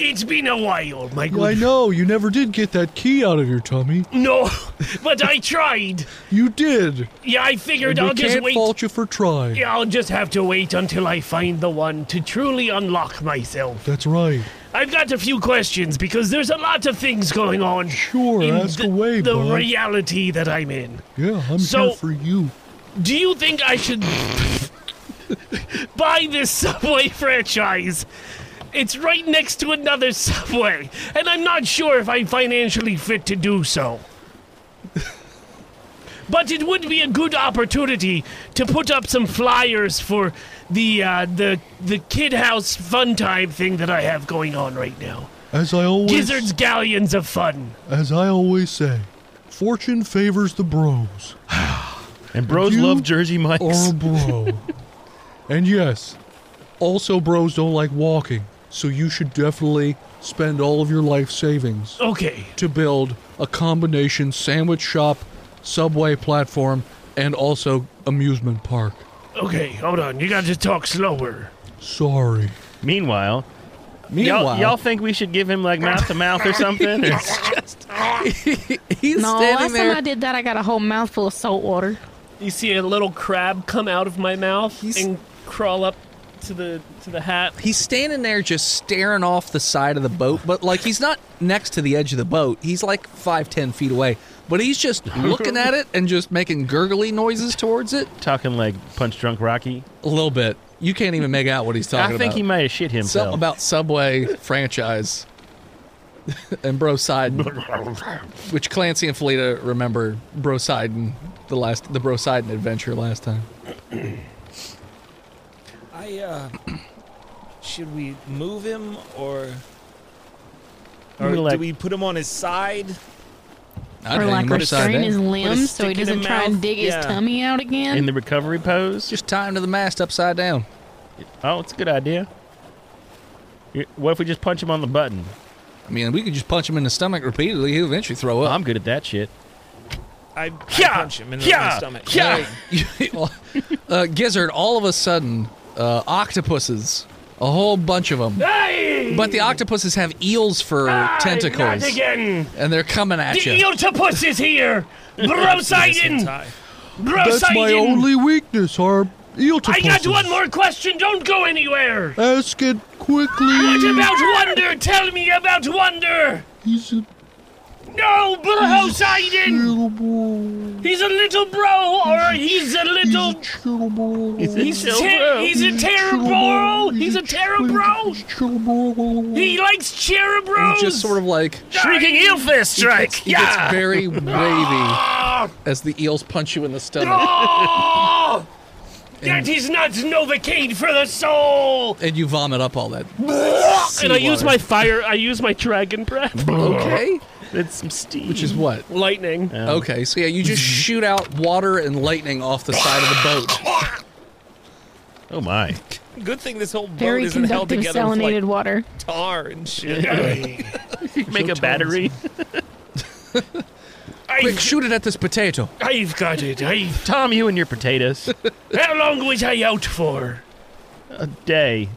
Speaker 3: It's been a while, my
Speaker 8: I
Speaker 3: good.
Speaker 8: know you never did get that key out of your tummy.
Speaker 3: No, <laughs> but I tried.
Speaker 8: You did.
Speaker 3: Yeah, I figured
Speaker 8: And
Speaker 3: I'll
Speaker 8: we
Speaker 3: just
Speaker 8: can't
Speaker 3: wait.
Speaker 8: fault you for trying.
Speaker 3: Yeah, I'll just have to wait until I find the one to truly unlock myself.
Speaker 8: That's right.
Speaker 3: I've got a few questions because there's a lot of things going on
Speaker 8: Sure,
Speaker 3: in
Speaker 8: ask
Speaker 3: the,
Speaker 8: away,
Speaker 3: the
Speaker 8: bud.
Speaker 3: reality that I'm in.
Speaker 8: yeah, I'm
Speaker 3: So-
Speaker 8: here for you.
Speaker 3: Do you think I should buy this Subway franchise? It's right next to another Subway, and I'm not sure if I'm financially fit to do so. But it would be a good opportunity to put up some flyers for the uh, the the Kid House Fun Time thing that I have going on right now.
Speaker 8: As I always,
Speaker 3: Gizzards Galleons of Fun.
Speaker 8: as I always say, fortune favors the bros
Speaker 4: And bros
Speaker 8: You
Speaker 4: love Jersey Mike's.
Speaker 8: or a bro.
Speaker 3: <laughs>
Speaker 8: and yes, also bros don't like walking, so you should definitely spend all of your life
Speaker 3: Oh.
Speaker 8: savings
Speaker 3: Okay.
Speaker 8: to build a combination sandwich shop, subway platform, and also amusement park.
Speaker 3: Okay, hold on. You got to talk slower.
Speaker 8: Sorry.
Speaker 4: Meanwhile, y'all,
Speaker 2: Meanwhile-
Speaker 4: y'all think we should give him like mouth to
Speaker 2: <laughs>
Speaker 4: mouth or something? Or-
Speaker 2: He's
Speaker 6: no,
Speaker 2: standing
Speaker 6: last
Speaker 2: there.
Speaker 6: time I did that, I got a whole mouthful of salt water.
Speaker 7: You see a little crab come out of my mouth
Speaker 2: He's-
Speaker 7: and crawl up to the to the hat.
Speaker 2: he's standing there just staring off the side of the boat, but like he's not next to the edge of the boat. He's like five, ten feet away. But he's
Speaker 3: <laughs>
Speaker 2: just looking at it and just making gurgly noises towards it.
Speaker 4: talking like punch drunk Rocky.
Speaker 2: A little bit. You can't even make out what he's
Speaker 4: I
Speaker 2: talking
Speaker 4: think
Speaker 2: about.
Speaker 4: he might have shit himself.
Speaker 2: Something about Subway franchise <laughs> and Bro Sidon, which Clancy and Felita remember Bro Sidon, the last the Bro Sidon adventure last time.
Speaker 5: I uh should we move him or or
Speaker 4: We're
Speaker 5: do
Speaker 4: like-
Speaker 5: we put him on his side?
Speaker 2: I
Speaker 6: or
Speaker 2: hang
Speaker 6: like
Speaker 2: him upside
Speaker 6: restrain
Speaker 2: down.
Speaker 6: his limbs so he
Speaker 5: stick in the
Speaker 6: doesn't try and
Speaker 5: mouth.
Speaker 6: dig
Speaker 5: Yeah.
Speaker 6: his tummy out again.
Speaker 4: in the recovery pose.
Speaker 2: Just tie him to the mast upside down.
Speaker 4: Oh, it's a good idea. Y- What if we just punch him on the button?
Speaker 2: I mean, we could just punch him in the stomach repeatedly. He'll eventually throw
Speaker 3: <laughs>
Speaker 2: up.
Speaker 4: I'm good at that shit.
Speaker 5: I, I
Speaker 4: Yeah,
Speaker 5: punch him in the
Speaker 4: yeah,
Speaker 5: stomach.
Speaker 4: yeah.
Speaker 2: Well, <laughs> uh, Gizzard, all of a sudden, uh, octopuses, a whole bunch of them.
Speaker 3: Hey!
Speaker 2: But the octopuses have eels for
Speaker 3: Ah,
Speaker 2: tentacles,
Speaker 3: Not again.
Speaker 2: and they're coming at
Speaker 3: The
Speaker 2: you.
Speaker 3: octopus is here.
Speaker 7: <laughs>
Speaker 3: Brosidon.
Speaker 5: Tie.
Speaker 8: That's my
Speaker 3: Brosidon.
Speaker 8: only weakness, Harb. Eeltopuses.
Speaker 3: I got one more question. Don't go anywhere.
Speaker 8: Ask it quickly.
Speaker 3: What about Wonder? Tell me about Wonder.
Speaker 8: He's a
Speaker 3: No, Oh, Brosidon.
Speaker 8: terrible,
Speaker 3: He's a little bro, or he's a little.
Speaker 8: terrible.
Speaker 3: He's, ter- he's a terrible. He's a terrible.
Speaker 8: terrible.
Speaker 3: He likes
Speaker 2: And
Speaker 3: cherubros.
Speaker 2: just sort of like
Speaker 3: shrieking eel fist strike. Ah!
Speaker 2: It gets
Speaker 3: <laughs>
Speaker 2: very wavy as the eels punch you in the stomach, <laughs>
Speaker 3: Oh! That is not Novocaine for the soul!
Speaker 2: and you vomit up all that.
Speaker 7: And I use
Speaker 2: seawater.
Speaker 7: my fire. I use my dragon breath.
Speaker 2: okay,
Speaker 4: It's some steam.
Speaker 2: which is what?
Speaker 7: Lightning.
Speaker 2: Okay, so yeah, Mm-hmm. you just shoot out water and lightning off the side of the
Speaker 4: <laughs>
Speaker 2: boat.
Speaker 4: Oh my!
Speaker 5: Good thing this whole boat
Speaker 6: Very
Speaker 5: isn't held
Speaker 6: conductive
Speaker 5: together with
Speaker 6: salinated
Speaker 5: like
Speaker 6: water.
Speaker 5: tar and shit.
Speaker 4: <laughs> Make a battery.
Speaker 2: Quick,
Speaker 3: I've,
Speaker 2: shoot it at this potato.
Speaker 3: I've got it. I've,
Speaker 4: Tom, you and your potatoes.
Speaker 3: <laughs> how long was I out for?
Speaker 4: a
Speaker 3: <laughs>
Speaker 4: day.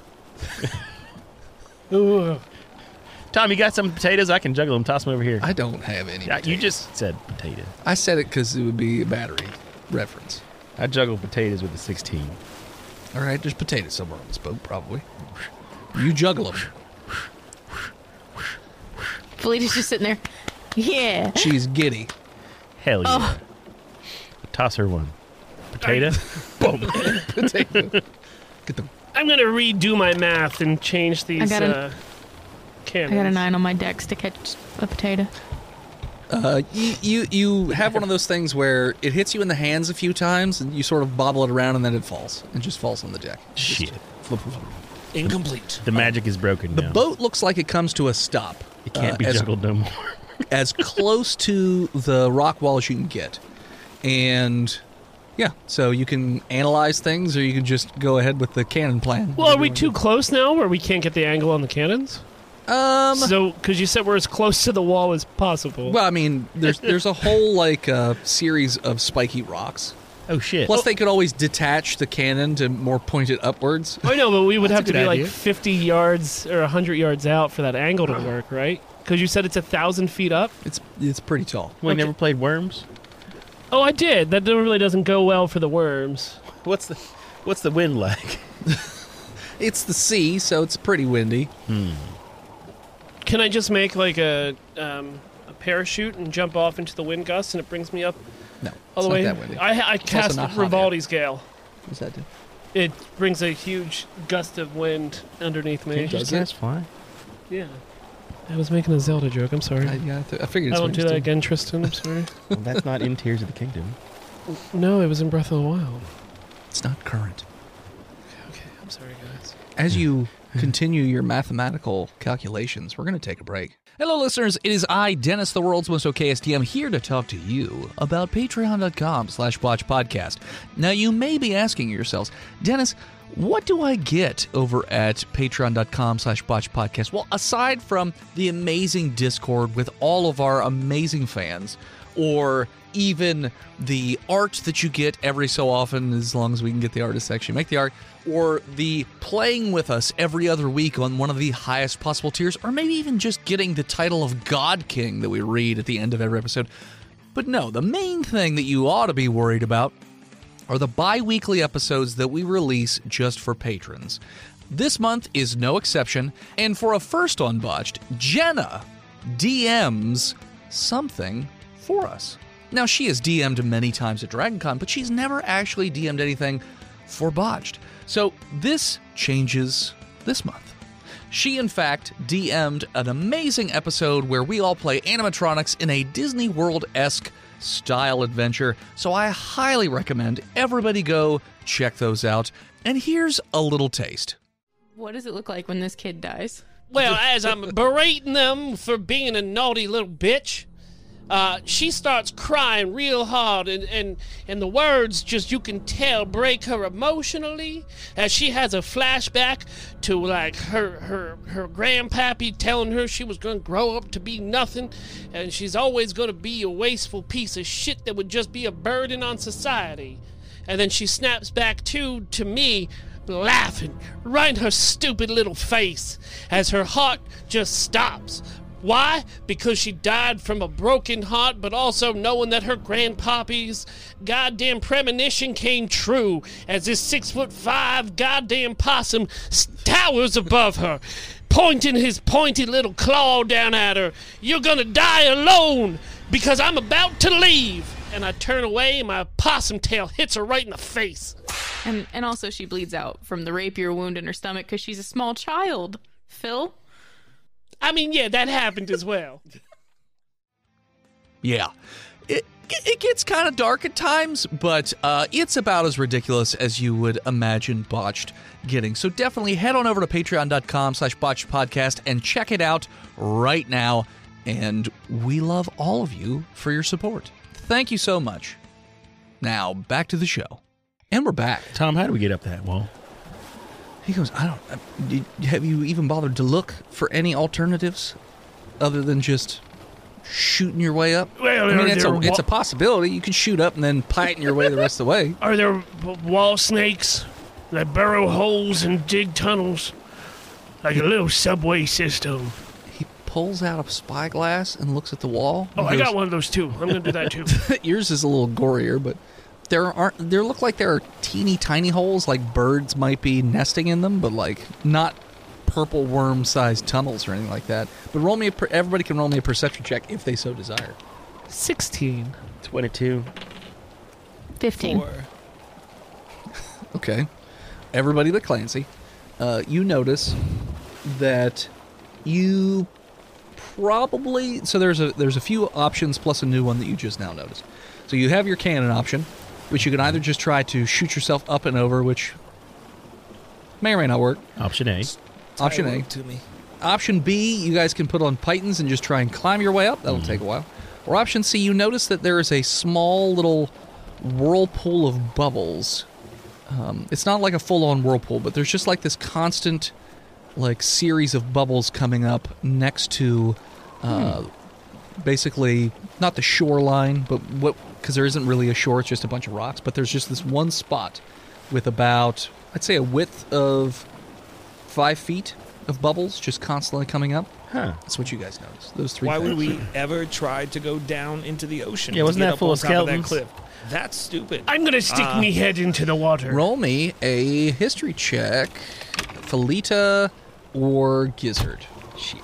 Speaker 4: Tom, you got some potatoes? I can juggle them. Toss them over here.
Speaker 2: I don't have any.
Speaker 4: <laughs> Yeah, you just said potato.
Speaker 2: I said it because it would be a battery reference.
Speaker 4: I juggle potatoes with a 16.
Speaker 2: All right, there's potatoes somewhere on this boat, probably. You juggle them.
Speaker 6: Felita's just sitting there. Yeah.
Speaker 2: She's giddy. <laughs>
Speaker 4: Hell yeah.
Speaker 6: Oh.
Speaker 4: Toss her one. Potato? <laughs>
Speaker 2: Potato. Get them.
Speaker 7: I'm gonna redo my math and change these.
Speaker 6: got an-
Speaker 7: uh,
Speaker 6: I got a
Speaker 7: cannons.
Speaker 6: nine on my decks to catch a potato.
Speaker 2: Uh, you, you you have one of those things where it hits you in the hands a few times, and you sort of bobble it around, and then it falls. It just falls on the deck.
Speaker 4: Shit.
Speaker 5: Incomplete.
Speaker 4: The magic is broken
Speaker 2: The
Speaker 4: now.
Speaker 2: boat looks like it comes to a stop.
Speaker 4: It can't
Speaker 2: uh,
Speaker 4: be
Speaker 2: as,
Speaker 4: juggled no more.
Speaker 2: as close to the rock wall as you can get, and yeah, so you can analyze things, or you can just go ahead with the cannon plan.
Speaker 7: well, are we too close now, where we can't get the angle on the cannons?
Speaker 2: Um,
Speaker 7: So, because you said we're as close to the wall as possible.
Speaker 2: Well, I mean, there's there's a whole like uh, series of spiky rocks.
Speaker 4: Oh shit.
Speaker 2: Plus, they could always detach the cannon to more point it upwards.
Speaker 7: I know, but we would
Speaker 2: That's
Speaker 7: have
Speaker 2: a
Speaker 7: to be
Speaker 2: good idea.
Speaker 7: like 50 yards or 100 yards out for that angle to work, right? Because you said it's a thousand feet up.
Speaker 2: It's it's pretty tall.
Speaker 4: we never played worms.
Speaker 7: Oh, I did. That really doesn't go well for the worms.
Speaker 4: What's the What's the wind like?
Speaker 2: It's the sea, so it's pretty windy.
Speaker 7: Can I just make like a um, a parachute and jump off into the wind gust, and it brings me up
Speaker 2: No,
Speaker 7: all the
Speaker 2: it's not
Speaker 7: way?
Speaker 2: that windy.
Speaker 7: I, I cast
Speaker 2: not hot air.
Speaker 7: Rivaldi's gale.
Speaker 2: What's that do?
Speaker 7: It brings a huge gust of wind underneath me.
Speaker 4: That's fine.
Speaker 7: Yeah. I was making a Zelda joke. I'm sorry.
Speaker 2: I,
Speaker 7: I,
Speaker 2: yeah, I, th- I figured. it's
Speaker 7: won't do
Speaker 2: what
Speaker 7: that
Speaker 2: it's doing.
Speaker 7: again, Tristan. I'm sorry.
Speaker 4: <laughs> Well, that's not in Tears of the Kingdom.
Speaker 7: no, it was in Breath of the Wild.
Speaker 2: It's not current.
Speaker 7: Okay, I'm sorry, guys.
Speaker 2: As you continue your mathematical calculations, we're going to take a break. Hello, listeners. It is I, Dennis, the world's most okay SDM, here to talk to you about patreon.com slash watch podcast. Now, you may be asking yourselves, Dennis, what do I get over at patreon.com slash watch podcast? Well, aside from the amazing Discord with all of our amazing fans, or even the art that you get every so often, as long as we can get the artist section, make the art, or the playing with us every other week on one of the highest possible tiers, or maybe even just getting the title of God King that we read at the end of every episode. But no, the main thing that you ought to be worried about are the bi weekly episodes that we release just for patrons. This month is no exception, and for a first on Botched, Jenna DMs something for us. Now, she has DM'd many times at DragonCon, but she's never actually DM'd anything for Botched. So this changes this month. She, in fact, DM'd an amazing episode where we all play animatronics in a Disney World esque style adventure. So I highly recommend everybody go check those out. And here's a little taste.
Speaker 6: What does it look like when this kid dies?
Speaker 3: Well, as I'm berating them for being a naughty little bitch, uh, she starts crying real hard, and, and, and the words just you can tell break her emotionally as she has a flashback to like her her her grandpappy telling her she was gonna grow up to be nothing, and she's always gonna be a wasteful piece of shit that would just be a burden on society, and then she snaps back to to me laughing right in her stupid little face as her heart just stops. Why? Because she died from a broken heart, but also knowing that her grandpappy's goddamn premonition came true as this six foot five goddamn possum s- towers above her, pointing his pointy little claw down at her. You're gonna die alone because I'm about to leave. And I turn away, and my possum tail hits her right in the face.
Speaker 6: And and also she bleeds out from the rapier wound in her stomach because she's a small child. Phil,
Speaker 3: I mean, yeah, that happened as well.
Speaker 2: Yeah. It, it gets kind of dark at times, but uh, it's about as ridiculous as you would imagine Botched getting. So definitely head on over to patreon.com slash botched podcast and check it out right now. And we love all of you for your support. Thank you so much. Now back to the show. And we're back.
Speaker 4: Tom, how do we get up that wall?
Speaker 2: He goes, I don't. I- did- Have you even bothered to look for any alternatives other than just shooting your way up?
Speaker 8: Well,
Speaker 2: I mean,
Speaker 8: are
Speaker 2: it's a,
Speaker 8: there
Speaker 2: it's a
Speaker 8: wa-
Speaker 2: possibility. You can shoot up and then pieting your way the rest of the way.
Speaker 8: Are there w- wall snakes that burrow holes and dig tunnels? Like a little subway system.
Speaker 2: He pulls out a spyglass and looks at the wall.
Speaker 8: Oh, I
Speaker 2: He
Speaker 8: got
Speaker 2: goes,
Speaker 8: one of those too. I'm going to do that too.
Speaker 2: <laughs> Yours is a little gorier, but there aren't. There look like there are teeny tiny holes, like birds might be nesting in them, but like not purple worm-sized tunnels or anything like that. But roll me. A per- everybody can roll me a perception check if they so desire.
Speaker 3: 16.
Speaker 4: 22.
Speaker 6: 15.
Speaker 2: <laughs> Okay. Everybody but Clancy, uh, you notice that you probably so there's a there's a few options plus a new one that you just now noticed. So you have your cannon option, which you can either just try to shoot yourself up and over, which may or may not work.
Speaker 4: Option A.
Speaker 2: Option A.
Speaker 5: to me.
Speaker 2: Option B, you guys can put on pythons and just try and climb your way up. That'll take a while. Or option C, you notice that there is a small little whirlpool of bubbles. Um, it's not like a full-on whirlpool, but there's just like this constant, like series of bubbles coming up next to, uh, basically not the shoreline, but what because there isn't really a shore. It's just a bunch of rocks. But there's just this one spot with about I'd say a width of five feet of bubbles just constantly coming up.
Speaker 4: Huh.
Speaker 2: That's what you guys noticed. Those three.
Speaker 5: Why
Speaker 2: things.
Speaker 5: would we ever try to go down into the ocean?
Speaker 4: Yeah,
Speaker 5: to
Speaker 4: wasn't
Speaker 5: get
Speaker 4: that
Speaker 5: up
Speaker 4: full
Speaker 5: on
Speaker 4: of
Speaker 5: top that
Speaker 4: skeletons?
Speaker 5: cliff? That's stupid.
Speaker 8: I'm going to stick
Speaker 2: Ah.
Speaker 8: me head into the water.
Speaker 2: roll me a history check, Felita or Gizzard? Shit,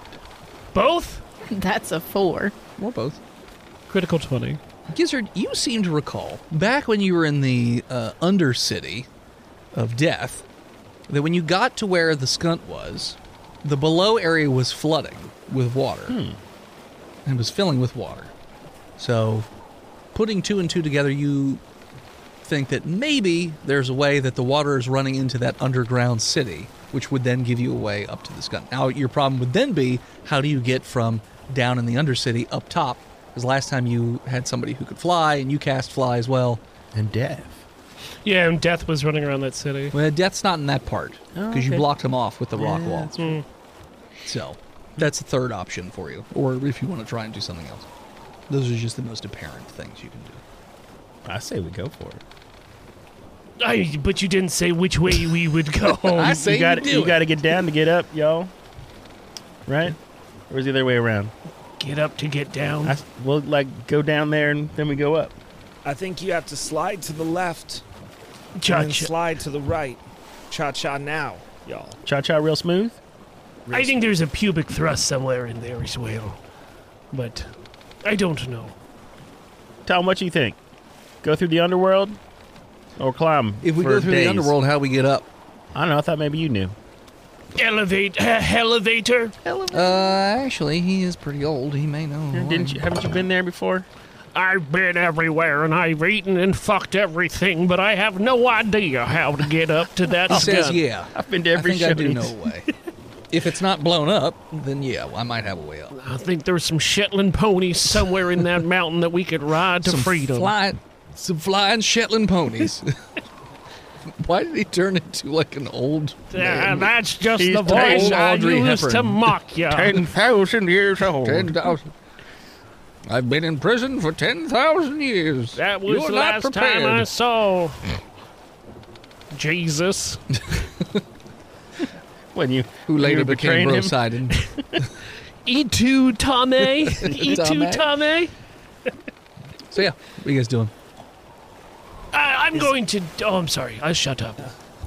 Speaker 8: Both?
Speaker 6: That's a four.
Speaker 2: or both.
Speaker 3: Critical 20.
Speaker 2: Gizzard, you seem to recall back when you were in the uh, Undercity of Death that when you got to where the skunt was, the below area was flooding with water.
Speaker 4: Hmm.
Speaker 2: And it was filling with water. So, putting two and two together, you think that maybe there's a way that the water is running into that underground city, which would then give you a way up to the skunt. Now, your problem would then be how do you get from down in the undercity up top? Because last time you had somebody who could fly, and you cast fly as well.
Speaker 4: And death.
Speaker 3: Yeah, and Death was running around that city.
Speaker 2: Well, Death's not in that part
Speaker 4: Oh,
Speaker 2: because you
Speaker 4: okay.
Speaker 2: blocked him off with the rock
Speaker 4: Yeah,
Speaker 2: wall.
Speaker 4: that's
Speaker 2: So that's the third option for you, or if you want to try and do something else. Those are just the most apparent things you can do.
Speaker 4: I say we go for it.
Speaker 3: I, but you didn't say which way we would go.
Speaker 2: <laughs> I
Speaker 4: You
Speaker 2: say you,
Speaker 4: gotta-
Speaker 2: do
Speaker 4: you
Speaker 2: it.
Speaker 4: got to get down to get up, y'all. Right? Or is the other way around?
Speaker 3: get up to get down.
Speaker 4: I, we'll like go down there and then we go up.
Speaker 5: I think you have to slide to the left and then
Speaker 3: Judge,
Speaker 5: slide to the right. Cha cha now, y'all.
Speaker 4: Cha cha real smooth.
Speaker 3: I think there's a pubic thrust somewhere in there as well, but I don't know.
Speaker 4: Tom, what you think? Go through the underworld or climb?
Speaker 2: If we
Speaker 4: for
Speaker 2: go through
Speaker 4: days?
Speaker 2: the underworld, how we get up?
Speaker 4: I don't know. I thought maybe you knew.
Speaker 3: Elevate, elevator.
Speaker 2: Uh, actually, he is pretty old. He may know.
Speaker 4: Didn't you? Haven't you been there before?
Speaker 3: I've been everywhere and I've eaten and fucked everything, but I have no idea how to get up to that
Speaker 2: <laughs> He says
Speaker 4: Oh,
Speaker 3: stuff.
Speaker 2: yeah.
Speaker 4: I've been to
Speaker 2: I
Speaker 4: every
Speaker 2: think
Speaker 4: show.
Speaker 2: I do know a way. <laughs> if it's not blown up, then yeah, I might have a way up.
Speaker 3: I think there's some Shetland ponies somewhere in that mountain that we could ride to
Speaker 2: some
Speaker 3: freedom.
Speaker 2: Fly, some flying Shetland <laughs> ponies. Why did he turn into like an old
Speaker 3: Yeah,
Speaker 2: man?
Speaker 3: that's just
Speaker 4: He's
Speaker 3: the
Speaker 4: the old
Speaker 3: voice I
Speaker 2: Audrey
Speaker 3: use to
Speaker 2: Hepburn.
Speaker 3: mock you.
Speaker 4: thousand years old.
Speaker 2: Ten thousand. I've been in prison for ten thousand years.
Speaker 3: That
Speaker 2: You're
Speaker 3: was the
Speaker 2: not
Speaker 3: last
Speaker 2: prepared.
Speaker 3: time I saw
Speaker 2: <laughs>
Speaker 3: Jesus.
Speaker 4: <laughs> When you
Speaker 2: Who later
Speaker 4: you were
Speaker 2: became
Speaker 4: betraying him?
Speaker 2: Poseidon.
Speaker 3: <laughs> E
Speaker 2: <laughs>
Speaker 3: E2
Speaker 2: E
Speaker 3: Tame. E2 Tame.
Speaker 2: so yeah, what are you guys doing?
Speaker 3: I, I'm going to. Oh, I'm sorry. I shut up.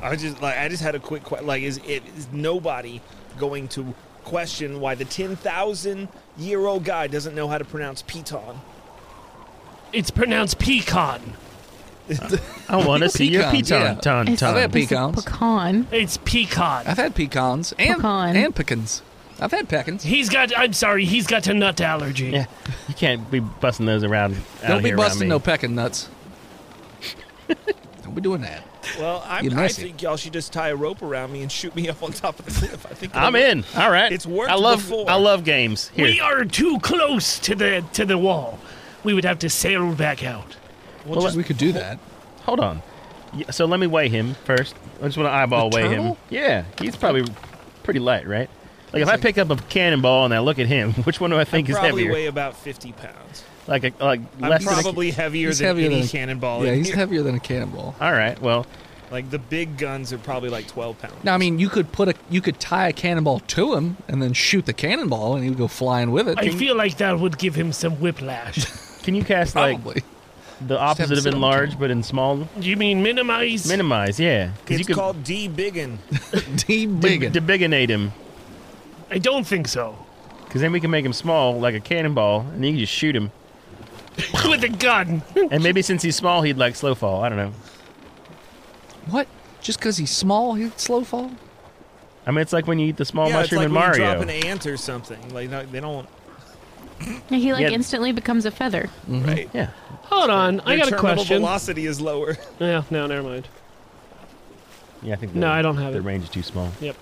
Speaker 5: I just like I just had a quick que- like is it is nobody going to question why the ten thousand year old guy doesn't know how to pronounce piton?
Speaker 3: It's pronounced pecan.
Speaker 4: I want to see your
Speaker 2: Pecans,
Speaker 4: piton.
Speaker 2: yeah.
Speaker 4: Ton,
Speaker 6: It's-
Speaker 2: I've
Speaker 4: ton.
Speaker 2: had pecans.
Speaker 6: Pecan.
Speaker 3: It's pecan.
Speaker 2: I've had pecans and
Speaker 6: Pecan.
Speaker 2: and pecans. I've had pecans.
Speaker 3: He's got. I'm sorry. He's got a nut allergy.
Speaker 4: Yeah, you can't be busting those around. out
Speaker 2: Don't be
Speaker 4: here around
Speaker 2: busting
Speaker 4: me.
Speaker 2: no pecking nuts. Don't be doing that.
Speaker 5: Well, i
Speaker 2: You're
Speaker 5: I
Speaker 2: messy.
Speaker 5: think y'all should just tie a rope around me and shoot me <laughs> up on top of the cliff. I think
Speaker 4: I'm in. All right.
Speaker 5: It's worked
Speaker 4: I love.
Speaker 5: before.
Speaker 4: I love games. Here.
Speaker 3: We are too close to the to the wall. We would have to sail back out.
Speaker 4: Well,
Speaker 2: we could do that.
Speaker 4: Hold on. Y- So let me weigh him first. I just want to eyeball
Speaker 2: The
Speaker 4: weigh him.
Speaker 2: turtle?
Speaker 4: Yeah, he's probably pretty light, right? Like if I pick up a cannonball and I look at him, <laughs> which one do I think is
Speaker 5: probably
Speaker 4: heavier?
Speaker 5: weigh about fifty pounds.
Speaker 4: like a, like
Speaker 5: I'm
Speaker 4: less. than a-
Speaker 5: probably heavier
Speaker 2: he's
Speaker 5: than
Speaker 2: heavier
Speaker 5: any
Speaker 2: than a-
Speaker 5: cannonball.
Speaker 2: yeah,
Speaker 5: in
Speaker 2: he's
Speaker 5: here.
Speaker 2: heavier than a cannonball.
Speaker 4: all right. Well,
Speaker 5: like the big guns are probably like twelve pounds.
Speaker 2: Now, I mean, you could put a you could tie a cannonball to him and then shoot the cannonball, and he would go flying with it.
Speaker 3: I feel like that would give him some
Speaker 2: <laughs>
Speaker 3: whiplash.
Speaker 4: can you cast like
Speaker 2: probably. <laughs>
Speaker 4: the opposite of
Speaker 2: sit on the
Speaker 4: enlarge, but in small?
Speaker 3: you mean minimize?
Speaker 4: Minimize. Yeah, because
Speaker 5: It's
Speaker 4: you could
Speaker 5: called debiggin.
Speaker 2: Team
Speaker 4: de-
Speaker 2: biggin.
Speaker 4: debigginate him.
Speaker 3: I don't think so. <laughs>
Speaker 4: Because then we can make him small like a cannonball, and then you just shoot him.
Speaker 3: With a gun. <laughs>
Speaker 4: And maybe since he's small, he'd like slow fall. I don't know.
Speaker 2: what? Just because he's small, he'd slow fall?
Speaker 4: I mean, it's like when you eat the small
Speaker 5: yeah, it's
Speaker 4: mushroom
Speaker 5: like
Speaker 4: in
Speaker 5: when
Speaker 4: Mario.
Speaker 5: you drop an ant or something. Like no, they don't.
Speaker 6: Yeah, he like
Speaker 4: Yeah.
Speaker 6: instantly becomes a feather.
Speaker 2: Mm-hmm.
Speaker 5: Right.
Speaker 4: yeah.
Speaker 3: Hold on. I
Speaker 5: Their
Speaker 3: got a
Speaker 5: terminal
Speaker 3: question.
Speaker 5: velocity is
Speaker 2: <laughs>
Speaker 5: lower.
Speaker 3: Yeah, no, never mind.
Speaker 4: Yeah, I think.
Speaker 3: No,
Speaker 4: the-
Speaker 3: I don't have
Speaker 4: The
Speaker 3: it.
Speaker 4: range is too small.
Speaker 3: Yep.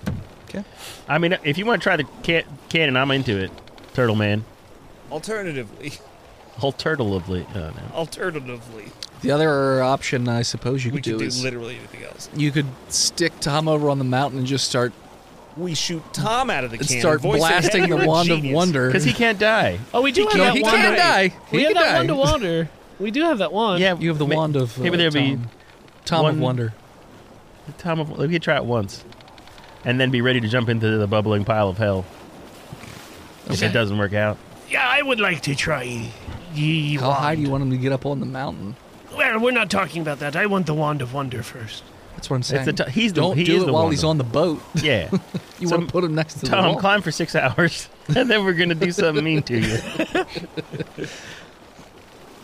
Speaker 2: Okay.
Speaker 4: I mean, if you want to try the ca- cannon, I'm into it. Turtle man.
Speaker 5: Alternatively,
Speaker 4: Whole turtle of le- oh, no.
Speaker 5: alternatively,
Speaker 2: The other option, I suppose, you
Speaker 5: we
Speaker 2: could do
Speaker 5: could do
Speaker 2: is
Speaker 5: literally anything else.
Speaker 2: you could stick Tom over on the mountain and just start
Speaker 5: We shoot Tom out of the
Speaker 2: and
Speaker 5: cannon.
Speaker 2: start
Speaker 5: voice of
Speaker 2: blasting
Speaker 5: Heaven,
Speaker 2: the
Speaker 5: you're a
Speaker 2: wand of
Speaker 5: genius.
Speaker 2: wonder.
Speaker 4: Because he can't
Speaker 3: <laughs>
Speaker 4: die.
Speaker 3: Oh, we do have
Speaker 2: No,
Speaker 3: that
Speaker 2: he
Speaker 3: wand.
Speaker 2: can die.
Speaker 3: We
Speaker 2: He
Speaker 3: have
Speaker 2: can
Speaker 3: that
Speaker 2: die.
Speaker 3: one to wander. We do have that one.
Speaker 4: Yeah,
Speaker 2: You have the
Speaker 4: ma-
Speaker 2: wand of uh,
Speaker 4: maybe there'll be
Speaker 2: Tom, Tom
Speaker 4: one-
Speaker 2: of wonder.
Speaker 4: Tom of. We could try it once, and then be ready to jump into the bubbling pile of hell if it doesn't work out.
Speaker 3: Yeah, I would like to try. Ye
Speaker 2: How high do
Speaker 3: wand.
Speaker 2: you want him to get up on the mountain?
Speaker 3: Well, we're not talking about that. I want the wand of wonder first.
Speaker 2: That's what I'm saying.
Speaker 4: the t- he's the-
Speaker 2: Don't
Speaker 4: he
Speaker 2: do
Speaker 4: is
Speaker 2: it
Speaker 4: the
Speaker 2: while
Speaker 4: wand
Speaker 2: he's
Speaker 4: of-
Speaker 2: on the boat. <laughs>
Speaker 4: Yeah.
Speaker 2: You
Speaker 4: So,
Speaker 2: want to put him next to the
Speaker 4: Tom,
Speaker 2: wall.
Speaker 4: climb for six <laughs> hours, and then we're gonna do something mean to
Speaker 2: <laughs>
Speaker 4: you.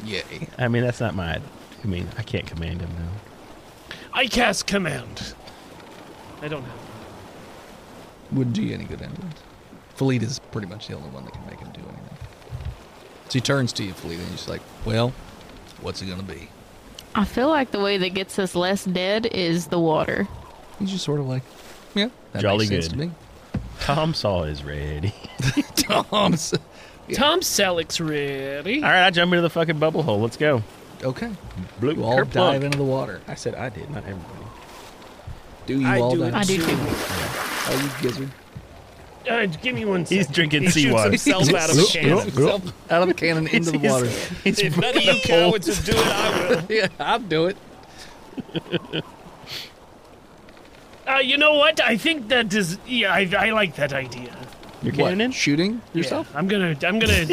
Speaker 2: Yay.
Speaker 4: I mean, that's not my. I mean, I can't command him though.
Speaker 3: I cast command. I don't have.
Speaker 2: Wouldn't do you any good anyway. Felita's pretty much the only one that can make him do anything. She turns to you, Felita, and she's like, Well, what's it gonna be?
Speaker 6: I feel like the way that gets us less dead is the water.
Speaker 2: He's just sort of like, Yeah, that
Speaker 4: Jolly
Speaker 2: makes sense
Speaker 4: good.
Speaker 2: to me. <laughs>
Speaker 4: Tom saw is ready. <laughs>
Speaker 2: Tom's
Speaker 3: Tom Selleck's ready.
Speaker 4: All right, I jump into the fucking bubble hole. Let's go.
Speaker 2: Okay.
Speaker 4: Blue,
Speaker 2: You all dive into the water.
Speaker 4: I said I did, not everybody.
Speaker 2: Do you
Speaker 5: I
Speaker 2: all
Speaker 5: do it
Speaker 2: dive?
Speaker 6: I do
Speaker 5: too.
Speaker 6: too.
Speaker 2: Oh, you gizzard.
Speaker 3: Uh, give me one second.
Speaker 4: He's drinking
Speaker 5: He shoots
Speaker 2: <laughs>
Speaker 4: seawater.
Speaker 5: himself out of a cannon.
Speaker 2: out of a cannon into the
Speaker 4: <laughs> He's-
Speaker 2: water.
Speaker 4: he's <laughs>
Speaker 5: If none
Speaker 2: <laughs>
Speaker 5: of
Speaker 4: burning
Speaker 2: Oh.
Speaker 5: you
Speaker 4: a hole.
Speaker 5: cowards will do it, I will.
Speaker 2: Yeah, I'll do it.
Speaker 3: Uh, you know what? I think that is. Yeah, I, I like that idea.
Speaker 4: You're
Speaker 2: What,
Speaker 4: cannon in?
Speaker 2: shooting yourself?
Speaker 3: Yeah, I'm gonna. I'm gonna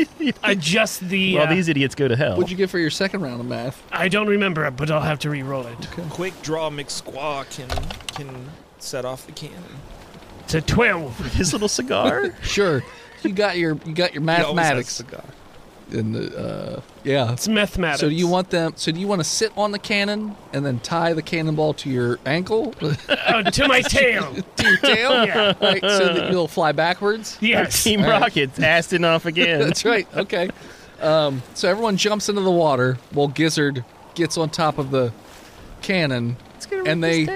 Speaker 3: adjust the.
Speaker 4: Well,
Speaker 3: uh,
Speaker 4: these idiots go to hell.
Speaker 2: What'd you get for your second round of math?
Speaker 3: I don't remember it, but I'll have to re-roll it.
Speaker 5: Quick draw McSquaw can can set off the cannon.
Speaker 3: It's a twelve.
Speaker 4: His little <laughs> cigar?
Speaker 2: Sure. You got your you got your
Speaker 5: He always has a
Speaker 2: mathematics
Speaker 5: cigar.
Speaker 2: and the uh, yeah.
Speaker 3: It's mathematics.
Speaker 2: So do you want them? So do you want to sit on the cannon and then tie the cannonball to your ankle, <laughs> to
Speaker 3: Uh,
Speaker 2: <laughs>
Speaker 3: to my tail.
Speaker 2: your
Speaker 4: <laughs>
Speaker 2: tail,
Speaker 3: Yeah.
Speaker 2: right? So that you'll fly backwards. <laughs>
Speaker 3: Yes.
Speaker 4: Team
Speaker 2: All right.
Speaker 4: Rocket's assed it
Speaker 2: <laughs>
Speaker 4: off again.
Speaker 2: That's right. Okay. Um, so everyone jumps into the water while Gizzard gets on top of the cannon, and they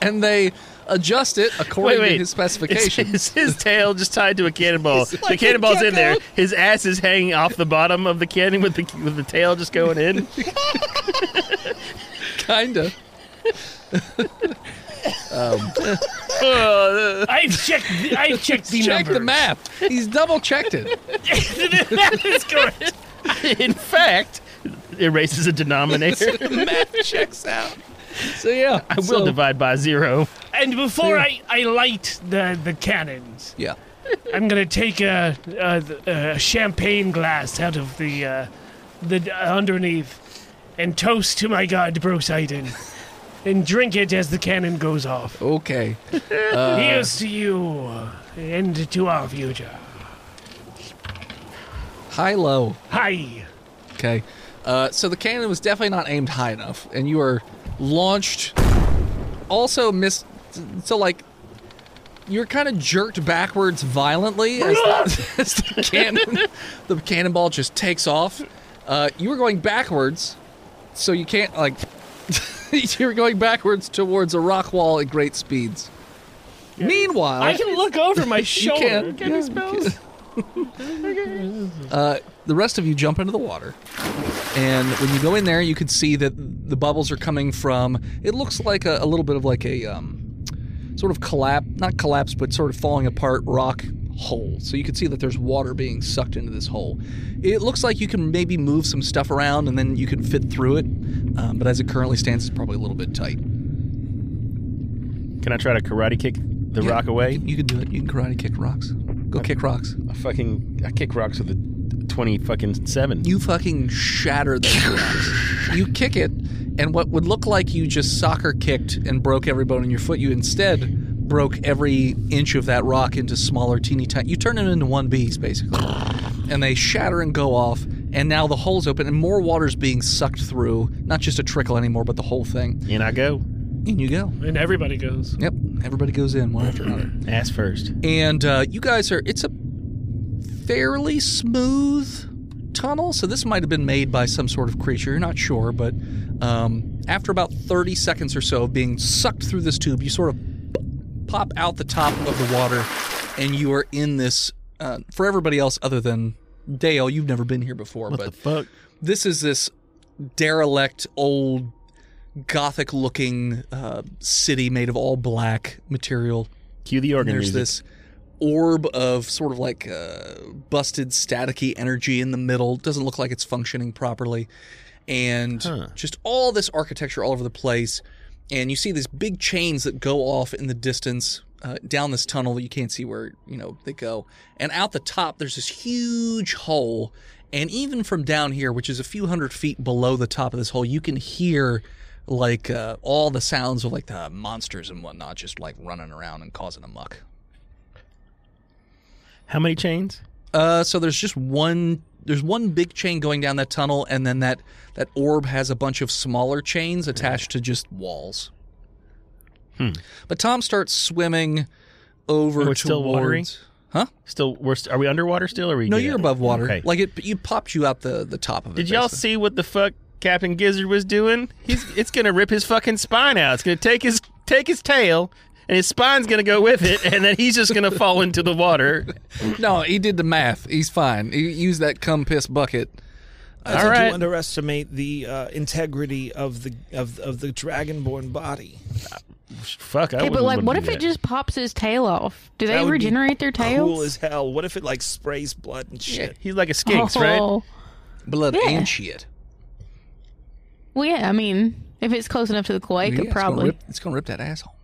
Speaker 2: and they adjust it according
Speaker 4: Wait,
Speaker 2: to
Speaker 4: wait.
Speaker 2: his
Speaker 4: It's, <laughs>
Speaker 2: specifications.
Speaker 4: it's his tail just tied to a
Speaker 2: <laughs>
Speaker 4: cannonball. the cannonball's in there. His ass is hanging off the bottom of the cannon with the with the tail just going
Speaker 2: <laughs>
Speaker 4: in. <laughs>
Speaker 2: Kinda.
Speaker 4: Oh,
Speaker 3: I've checked. The,
Speaker 2: <laughs>
Speaker 3: I've checked the
Speaker 2: Check
Speaker 3: numbers.
Speaker 2: the map. He's double checked it.
Speaker 3: the map is correct.
Speaker 4: in fact, erases
Speaker 2: <laughs>
Speaker 4: a denominator.
Speaker 5: Checks out.
Speaker 2: So yeah,
Speaker 4: <laughs> I will divide by zero.
Speaker 3: And before I, I light the the cannons,
Speaker 2: Yeah.
Speaker 3: I'm gonna take a a, a champagne glass out of the uh, the uh, underneath and toast to my god Poseidon, and drink it as the cannon goes off.
Speaker 2: Okay.
Speaker 4: Uh,
Speaker 3: Here's to you and to our future.
Speaker 2: High low.
Speaker 3: Hi.
Speaker 2: Okay. Uh, so the cannon was definitely not aimed high enough, and you are launched. Also missed. So like, you're kind of jerked backwards violently as <laughs> the, as the cannon, the cannonball just takes off. Uh, you were going backwards, so you can't like. <laughs> you're going backwards towards a rock wall at great speeds. Meanwhile,
Speaker 3: I can look over <laughs> my
Speaker 2: you
Speaker 3: shoulder.
Speaker 2: can. yeah, you <laughs> can. uh, the rest of you jump into the water, and when you go in there, you can see that the bubbles are coming from. It looks like a, a little bit of like a um, sort of collapse, not collapse, but sort of falling apart rock hole. So you can see that there's water being sucked into this hole. It looks like you can maybe move some stuff around, and then you can fit through it. Um, but as it currently stands, it's probably a little bit tight.
Speaker 4: Can I try to karate kick the
Speaker 2: Yeah,
Speaker 4: rock away?
Speaker 2: You can do it. You can karate kick rocks. Go kick rocks.
Speaker 4: I fucking I kick rocks with a twenty fucking seven.
Speaker 2: you fucking shatter the glass. you kick it, and what would look like you just soccer kicked and broke every bone in your foot, you instead broke every inch of that rock into smaller, teeny tiny. You turn them into one piece, basically, and they shatter and go off. And now the hole's open, and more water's being sucked through. Not just a trickle anymore, but the whole thing.
Speaker 4: in I go.
Speaker 2: In you go.
Speaker 3: And everybody goes.
Speaker 2: Yep. Everybody goes in one after another
Speaker 4: Ass first.
Speaker 2: and uh, you guys are it's a fairly smooth tunnel so this might have been made by some sort of creature you're not sure but um, after about 30 seconds or so of being sucked through this tube you sort of pop out the top of the water and you are in this uh, for everybody else other than dale you've never been here before but
Speaker 4: Fuck.
Speaker 2: this is this derelict old gothic looking uh, city made of all black material
Speaker 4: Cue the organ
Speaker 2: there's this
Speaker 4: music.
Speaker 2: orb of sort of like uh, busted staticky energy in the middle doesn't look like it's functioning properly and just all this architecture all over the place and you see these big chains that go off in the distance uh, down this tunnel you can't see where you know they go and out the top there's this huge hole and even from down here which is a few hundred feet below the top of this hole you can hear like uh, all the sounds of like the monsters and whatnot just like running around and causing a muck
Speaker 4: How many chains?
Speaker 2: Uh, so there's just one. There's one big chain going down that tunnel, and then that that orb has a bunch of smaller chains
Speaker 4: Hmm.
Speaker 2: attached to just walls. But Tom starts swimming over
Speaker 4: Oh,
Speaker 2: towards.
Speaker 4: it's still watery?
Speaker 2: Huh?
Speaker 4: Still, we're st- are we underwater still? Or are we
Speaker 2: No,
Speaker 4: good?
Speaker 2: you're above water.
Speaker 4: Okay.
Speaker 2: Like it, you popped you out the the top of it.
Speaker 4: Did y'all
Speaker 2: basically.
Speaker 4: see what the fuck Captain Gizzard was doing? He's it's gonna rip his fucking spine out. It's gonna take his take his tail. And his spine's gonna go with it, and then he's just gonna fall into the water.
Speaker 2: No, he did the math. He's fine. He used that cum piss bucket.
Speaker 5: I
Speaker 4: All
Speaker 5: tend
Speaker 4: right.
Speaker 5: to underestimate the uh, integrity of the of of the dragonborn body.
Speaker 4: Fuck, I
Speaker 6: Okay, but
Speaker 4: wouldn't
Speaker 6: like,
Speaker 4: wanna
Speaker 6: what
Speaker 4: do
Speaker 6: if
Speaker 4: that.
Speaker 6: it just pops his tail off? Do
Speaker 5: That
Speaker 6: they
Speaker 5: would be
Speaker 6: regenerate their tails?
Speaker 5: Cool as hell. What if it like sprays blood and shit?
Speaker 4: He's like a skinks, right?
Speaker 6: Oh.
Speaker 2: Blood
Speaker 6: Yeah.
Speaker 2: and shit.
Speaker 6: Well, yeah. I mean, if it's close enough to the
Speaker 2: Yeah,
Speaker 6: cloaca,
Speaker 2: it's gonna
Speaker 6: probably.
Speaker 2: rip- It's going to rip that asshole.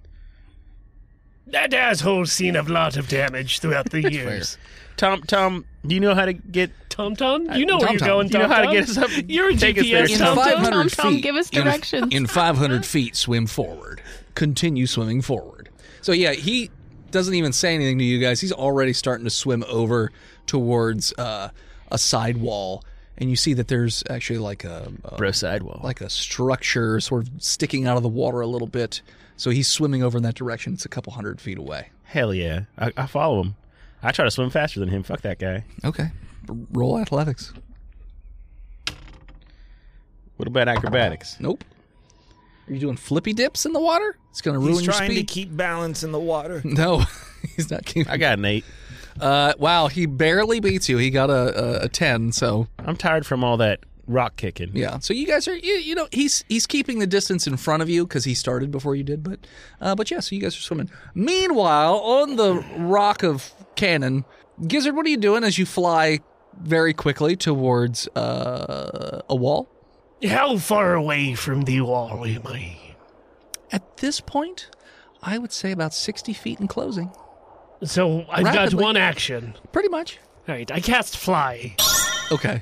Speaker 3: That asshole's seen a lot of damage throughout
Speaker 4: <laughs>
Speaker 3: the years.
Speaker 4: Tom, Tom, do you know how to get?
Speaker 3: Tom Tom, you know where you're
Speaker 2: Tom-tom.
Speaker 3: going.
Speaker 4: Do Uh, you know
Speaker 3: Tom
Speaker 4: how to
Speaker 3: Tom.
Speaker 4: get us up?
Speaker 3: You're a
Speaker 4: take us there,
Speaker 3: GPS
Speaker 6: Tom.
Speaker 3: Tom.
Speaker 6: Tom, Tom, give us
Speaker 2: in-
Speaker 6: directions.
Speaker 2: In, 500 feet, swim forward. Continue swimming forward. So yeah, he doesn't even say anything to you guys. He's already starting to swim over towards uh, a sidewall, and you see that there's actually like a, a
Speaker 4: Bro, sidewall.
Speaker 2: Uh, like a structure sort of sticking out of the water a little bit. So he's swimming over in that direction. It's a couple hundred feet away.
Speaker 4: Hell yeah, I, I follow him. I try to swim faster than him. Fuck that guy.
Speaker 2: Okay, R- roll athletics.
Speaker 4: What about acrobatics?
Speaker 2: Nope. Are you doing flippy dips in the water? It's going to ruin
Speaker 5: He's
Speaker 2: your
Speaker 5: trying to
Speaker 2: speed.
Speaker 5: keep balance in
Speaker 4: <laughs>
Speaker 5: the water.
Speaker 2: no, <laughs> he's not keeping.
Speaker 4: I got an eight.
Speaker 2: Uh, wow, he barely beats you. He got a, a, a ten. So
Speaker 4: I'm tired from all that rock kicking.
Speaker 2: yeah. So you guys are you, you know he's he's keeping the distance in front of you because he started before you did. But uh, but yeah. So you guys are swimming. Meanwhile, on the rock of cannon, Gizzard, what are you doing as you fly very quickly towards uh, a wall?
Speaker 3: How far away from the wall am I?
Speaker 2: At this point, I would say about sixty feet in closing.
Speaker 3: So I've
Speaker 2: Rapidly.
Speaker 3: got one action.
Speaker 2: Pretty much.
Speaker 3: All right, I cast fly,
Speaker 2: Okay.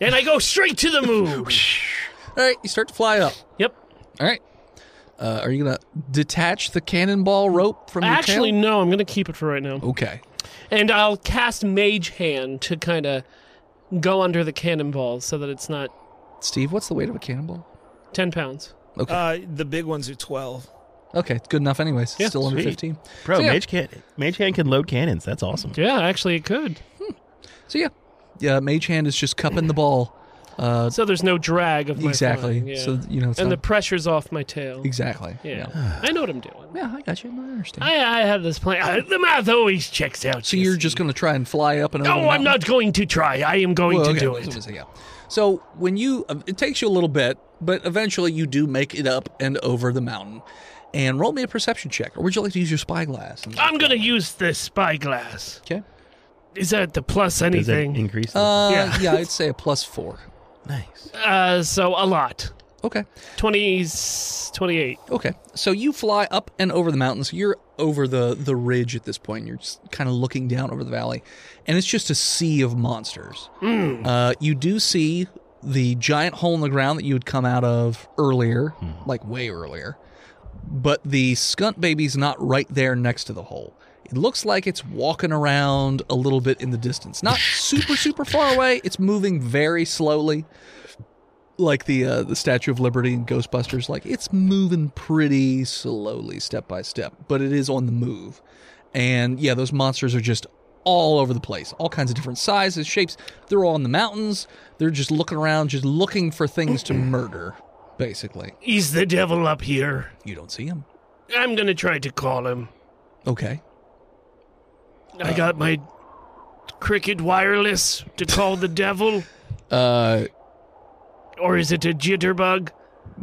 Speaker 3: and I go straight to the
Speaker 4: <laughs>
Speaker 3: moon.
Speaker 2: All right. You start to fly up.
Speaker 3: yep.
Speaker 2: All right. Uh, are you gonna detach the cannonball rope from your
Speaker 7: Actually,
Speaker 2: tail?
Speaker 7: no, I'm going to keep it for right now.
Speaker 2: Okay.
Speaker 7: And I'll cast Mage Hand to kind of go under the cannonball so that it's not
Speaker 2: Steve, what's the weight of a cannonball?
Speaker 7: 10 pounds.
Speaker 5: Uh, the big ones are twelve.
Speaker 2: Okay, it's good enough anyways.
Speaker 7: Yeah,
Speaker 2: Still under
Speaker 4: sweet.
Speaker 2: 15.
Speaker 4: bro,
Speaker 2: So, yeah.
Speaker 4: mage can mage hand can load cannons. That's awesome.
Speaker 7: Yeah, actually, it could.
Speaker 2: So yeah. Yeah, Mage Hand is just cupping the ball. Uh,
Speaker 7: So there's no drag of my
Speaker 2: exactly.
Speaker 7: flying, yeah.
Speaker 2: So you know it's
Speaker 7: and the
Speaker 2: not-
Speaker 7: pressure's off my tail.
Speaker 2: Exactly.
Speaker 7: Yeah. I know what I'm doing.
Speaker 2: Yeah, I got you. I understand.
Speaker 7: I, I had this plan.
Speaker 3: Uh,
Speaker 7: I,
Speaker 3: the math always checks out.
Speaker 2: so
Speaker 3: you
Speaker 2: you're
Speaker 3: see.
Speaker 2: just gonna try and fly up and over the
Speaker 3: No, I'm
Speaker 2: mountain?
Speaker 3: not going to try. I am going
Speaker 2: Well,
Speaker 3: to
Speaker 2: okay,
Speaker 3: do
Speaker 2: that's what
Speaker 3: it.
Speaker 2: I'm saying, yeah. So when you, uh, it takes you a little bit, but eventually you do make it up and over the mountain. And roll me a perception check, or would you like to use your spyglass? And-
Speaker 3: I'm gonna use the spyglass.
Speaker 2: okay.
Speaker 3: Is that the plus
Speaker 4: Does that
Speaker 3: anything?
Speaker 4: increase? the-
Speaker 2: Uh, yeah.
Speaker 3: Yeah.
Speaker 2: I'd say a plus four.
Speaker 4: nice.
Speaker 7: uh, so a lot.
Speaker 2: Okay.
Speaker 7: 20, 28.
Speaker 2: Okay, so you fly up and over the mountains. You're over the the ridge at this point. and You're just kind of looking down over the valley, and it's just a sea of monsters. Uh, you do see the giant hole in the ground that you had come out of earlier, like way earlier, but the skunt baby's not right there next to the hole. It looks like it's walking around a little bit in the distance, not super super far away. It's moving very slowly like the uh, the Statue of Liberty in Ghostbusters, like it's moving pretty slowly, step by step, but it is on the move. And yeah, those monsters are just all over the place, all kinds of different sizes, shapes. They're all in the mountains. They're just looking around, just looking for things to murder. Basically,
Speaker 3: Is the devil up here?
Speaker 2: you don't see them.
Speaker 3: I'm gonna try to call him.
Speaker 2: Okay.
Speaker 3: I
Speaker 2: Uh.
Speaker 3: got my cricket wireless to call the devil,
Speaker 2: Uh,
Speaker 3: or is it a jitterbug?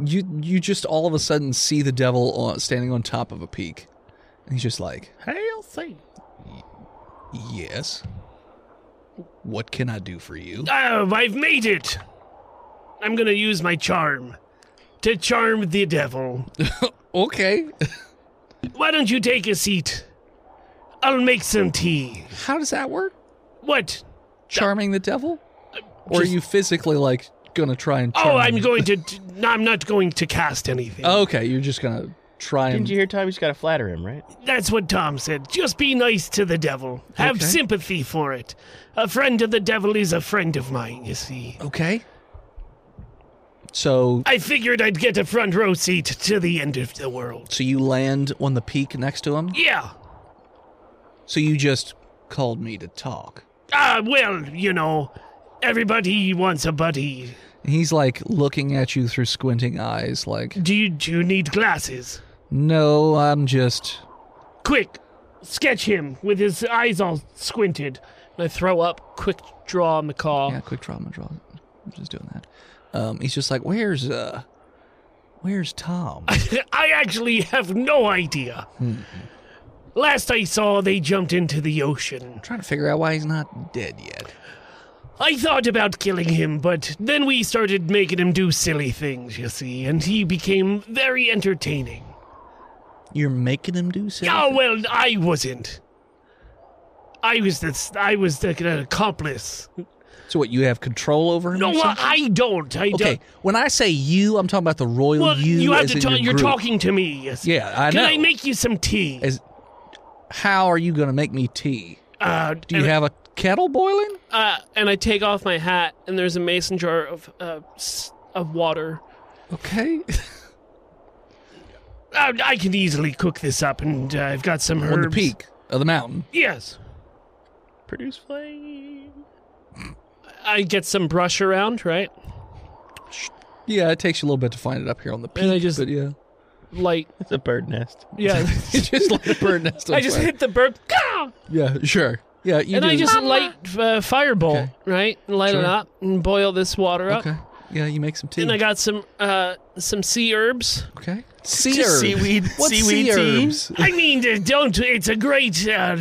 Speaker 2: you you just all of a sudden see the devil on, standing on top of a peak, and he's just like,
Speaker 4: Hail Satan.
Speaker 2: "Yes, what can I do for you?"
Speaker 3: Oh, I've made it. I'm gonna use my charm to charm the devil.
Speaker 2: Okay.
Speaker 3: Why don't you take a seat? I'll make some tea.
Speaker 2: How does that work?
Speaker 3: What?
Speaker 2: charming the devil? Or are you physically like gonna try and? Charm
Speaker 3: Uh,
Speaker 2: Oh.
Speaker 3: Oh, I'm
Speaker 2: him?
Speaker 3: going to. No, I'm not going to cast anything.
Speaker 2: Okay, you're just gonna try and.
Speaker 4: Didn't you hear Tom? You just gotta flatter him, right?
Speaker 3: That's what Tom said. Just be nice to the devil. Have
Speaker 2: Okay.
Speaker 3: sympathy for it. A friend of the devil is a friend of mine, you see.
Speaker 2: Okay. So,
Speaker 3: I figured I'd get a front row seat to the end of the world.
Speaker 2: so you land on the peak next to him.
Speaker 3: Yeah.
Speaker 2: So you just called me to talk.
Speaker 3: Ah, well, you know, everybody wants a buddy.
Speaker 2: And he's like looking at you through squinting eyes, like,
Speaker 3: Do you, do you need glasses?
Speaker 2: "No, I'm just."
Speaker 3: Quick, sketch him with his eyes all squinted.
Speaker 7: And I throw up Quick Draw McCall.
Speaker 2: Yeah, quick draw, I'm gonna draw. I'm just doing that. Um, he's just like, "Where's uh, Where's Tom?
Speaker 3: <laughs> I actually have no idea. Last I saw, they jumped into the ocean.
Speaker 2: trying to figure out why he's not dead yet.
Speaker 3: I thought about killing him, but then we started making him do silly things, you see, and he became very entertaining.
Speaker 2: You're making him do so.
Speaker 3: Oh well, I wasn't. I was the I was the uh, accomplice.
Speaker 2: So what? You have control over him?
Speaker 3: No,
Speaker 2: or something?
Speaker 3: I, I don't. I
Speaker 2: Okay.
Speaker 3: don't.
Speaker 2: When I say you, I'm talking about the royal
Speaker 3: Well,
Speaker 2: you.
Speaker 3: you, have
Speaker 2: as
Speaker 3: to
Speaker 2: in
Speaker 3: talk.
Speaker 2: your
Speaker 3: You're
Speaker 2: group.
Speaker 3: talking to me. Yes.
Speaker 2: Yeah, I
Speaker 3: Can
Speaker 2: know.
Speaker 3: I make you some tea?
Speaker 2: As- How are you going to make me tea?
Speaker 3: uh,
Speaker 2: Do you have a kettle boiling?
Speaker 7: Uh, and I take off my hat, and there's a mason jar of uh, s- of water.
Speaker 2: Okay. <laughs>
Speaker 3: uh, I can easily cook this up, and uh, I've got some herbs.
Speaker 2: On the peak of the mountain.
Speaker 3: Yes.
Speaker 4: Produce flame.
Speaker 7: I get some brush around, right?
Speaker 2: Yeah, it takes you a little bit to find it up here on the peak.
Speaker 7: I just- <laughs>
Speaker 2: but yeah.
Speaker 7: Like,
Speaker 4: It's a bird nest.
Speaker 2: <laughs>
Speaker 7: yeah.
Speaker 2: It's just like a bird nest. on
Speaker 7: <laughs> I just
Speaker 2: fire.
Speaker 7: hit the burp, Gah!
Speaker 2: Yeah, sure. Yeah, you
Speaker 7: and
Speaker 2: do.
Speaker 7: I just light uh, fireball,
Speaker 2: Okay.
Speaker 7: right? And light it
Speaker 2: Sure.
Speaker 7: up and boil this water up. <laughs>
Speaker 2: Okay. Yeah, you make some tea.
Speaker 7: And I got some uh, some sea herbs. <laughs>
Speaker 2: okay. Sea
Speaker 4: Just
Speaker 2: herbs.
Speaker 4: seaweed-
Speaker 2: What's
Speaker 4: seaweed
Speaker 2: sea
Speaker 4: tea?
Speaker 2: herbs?
Speaker 3: I mean, uh, don't. It's a great. Uh,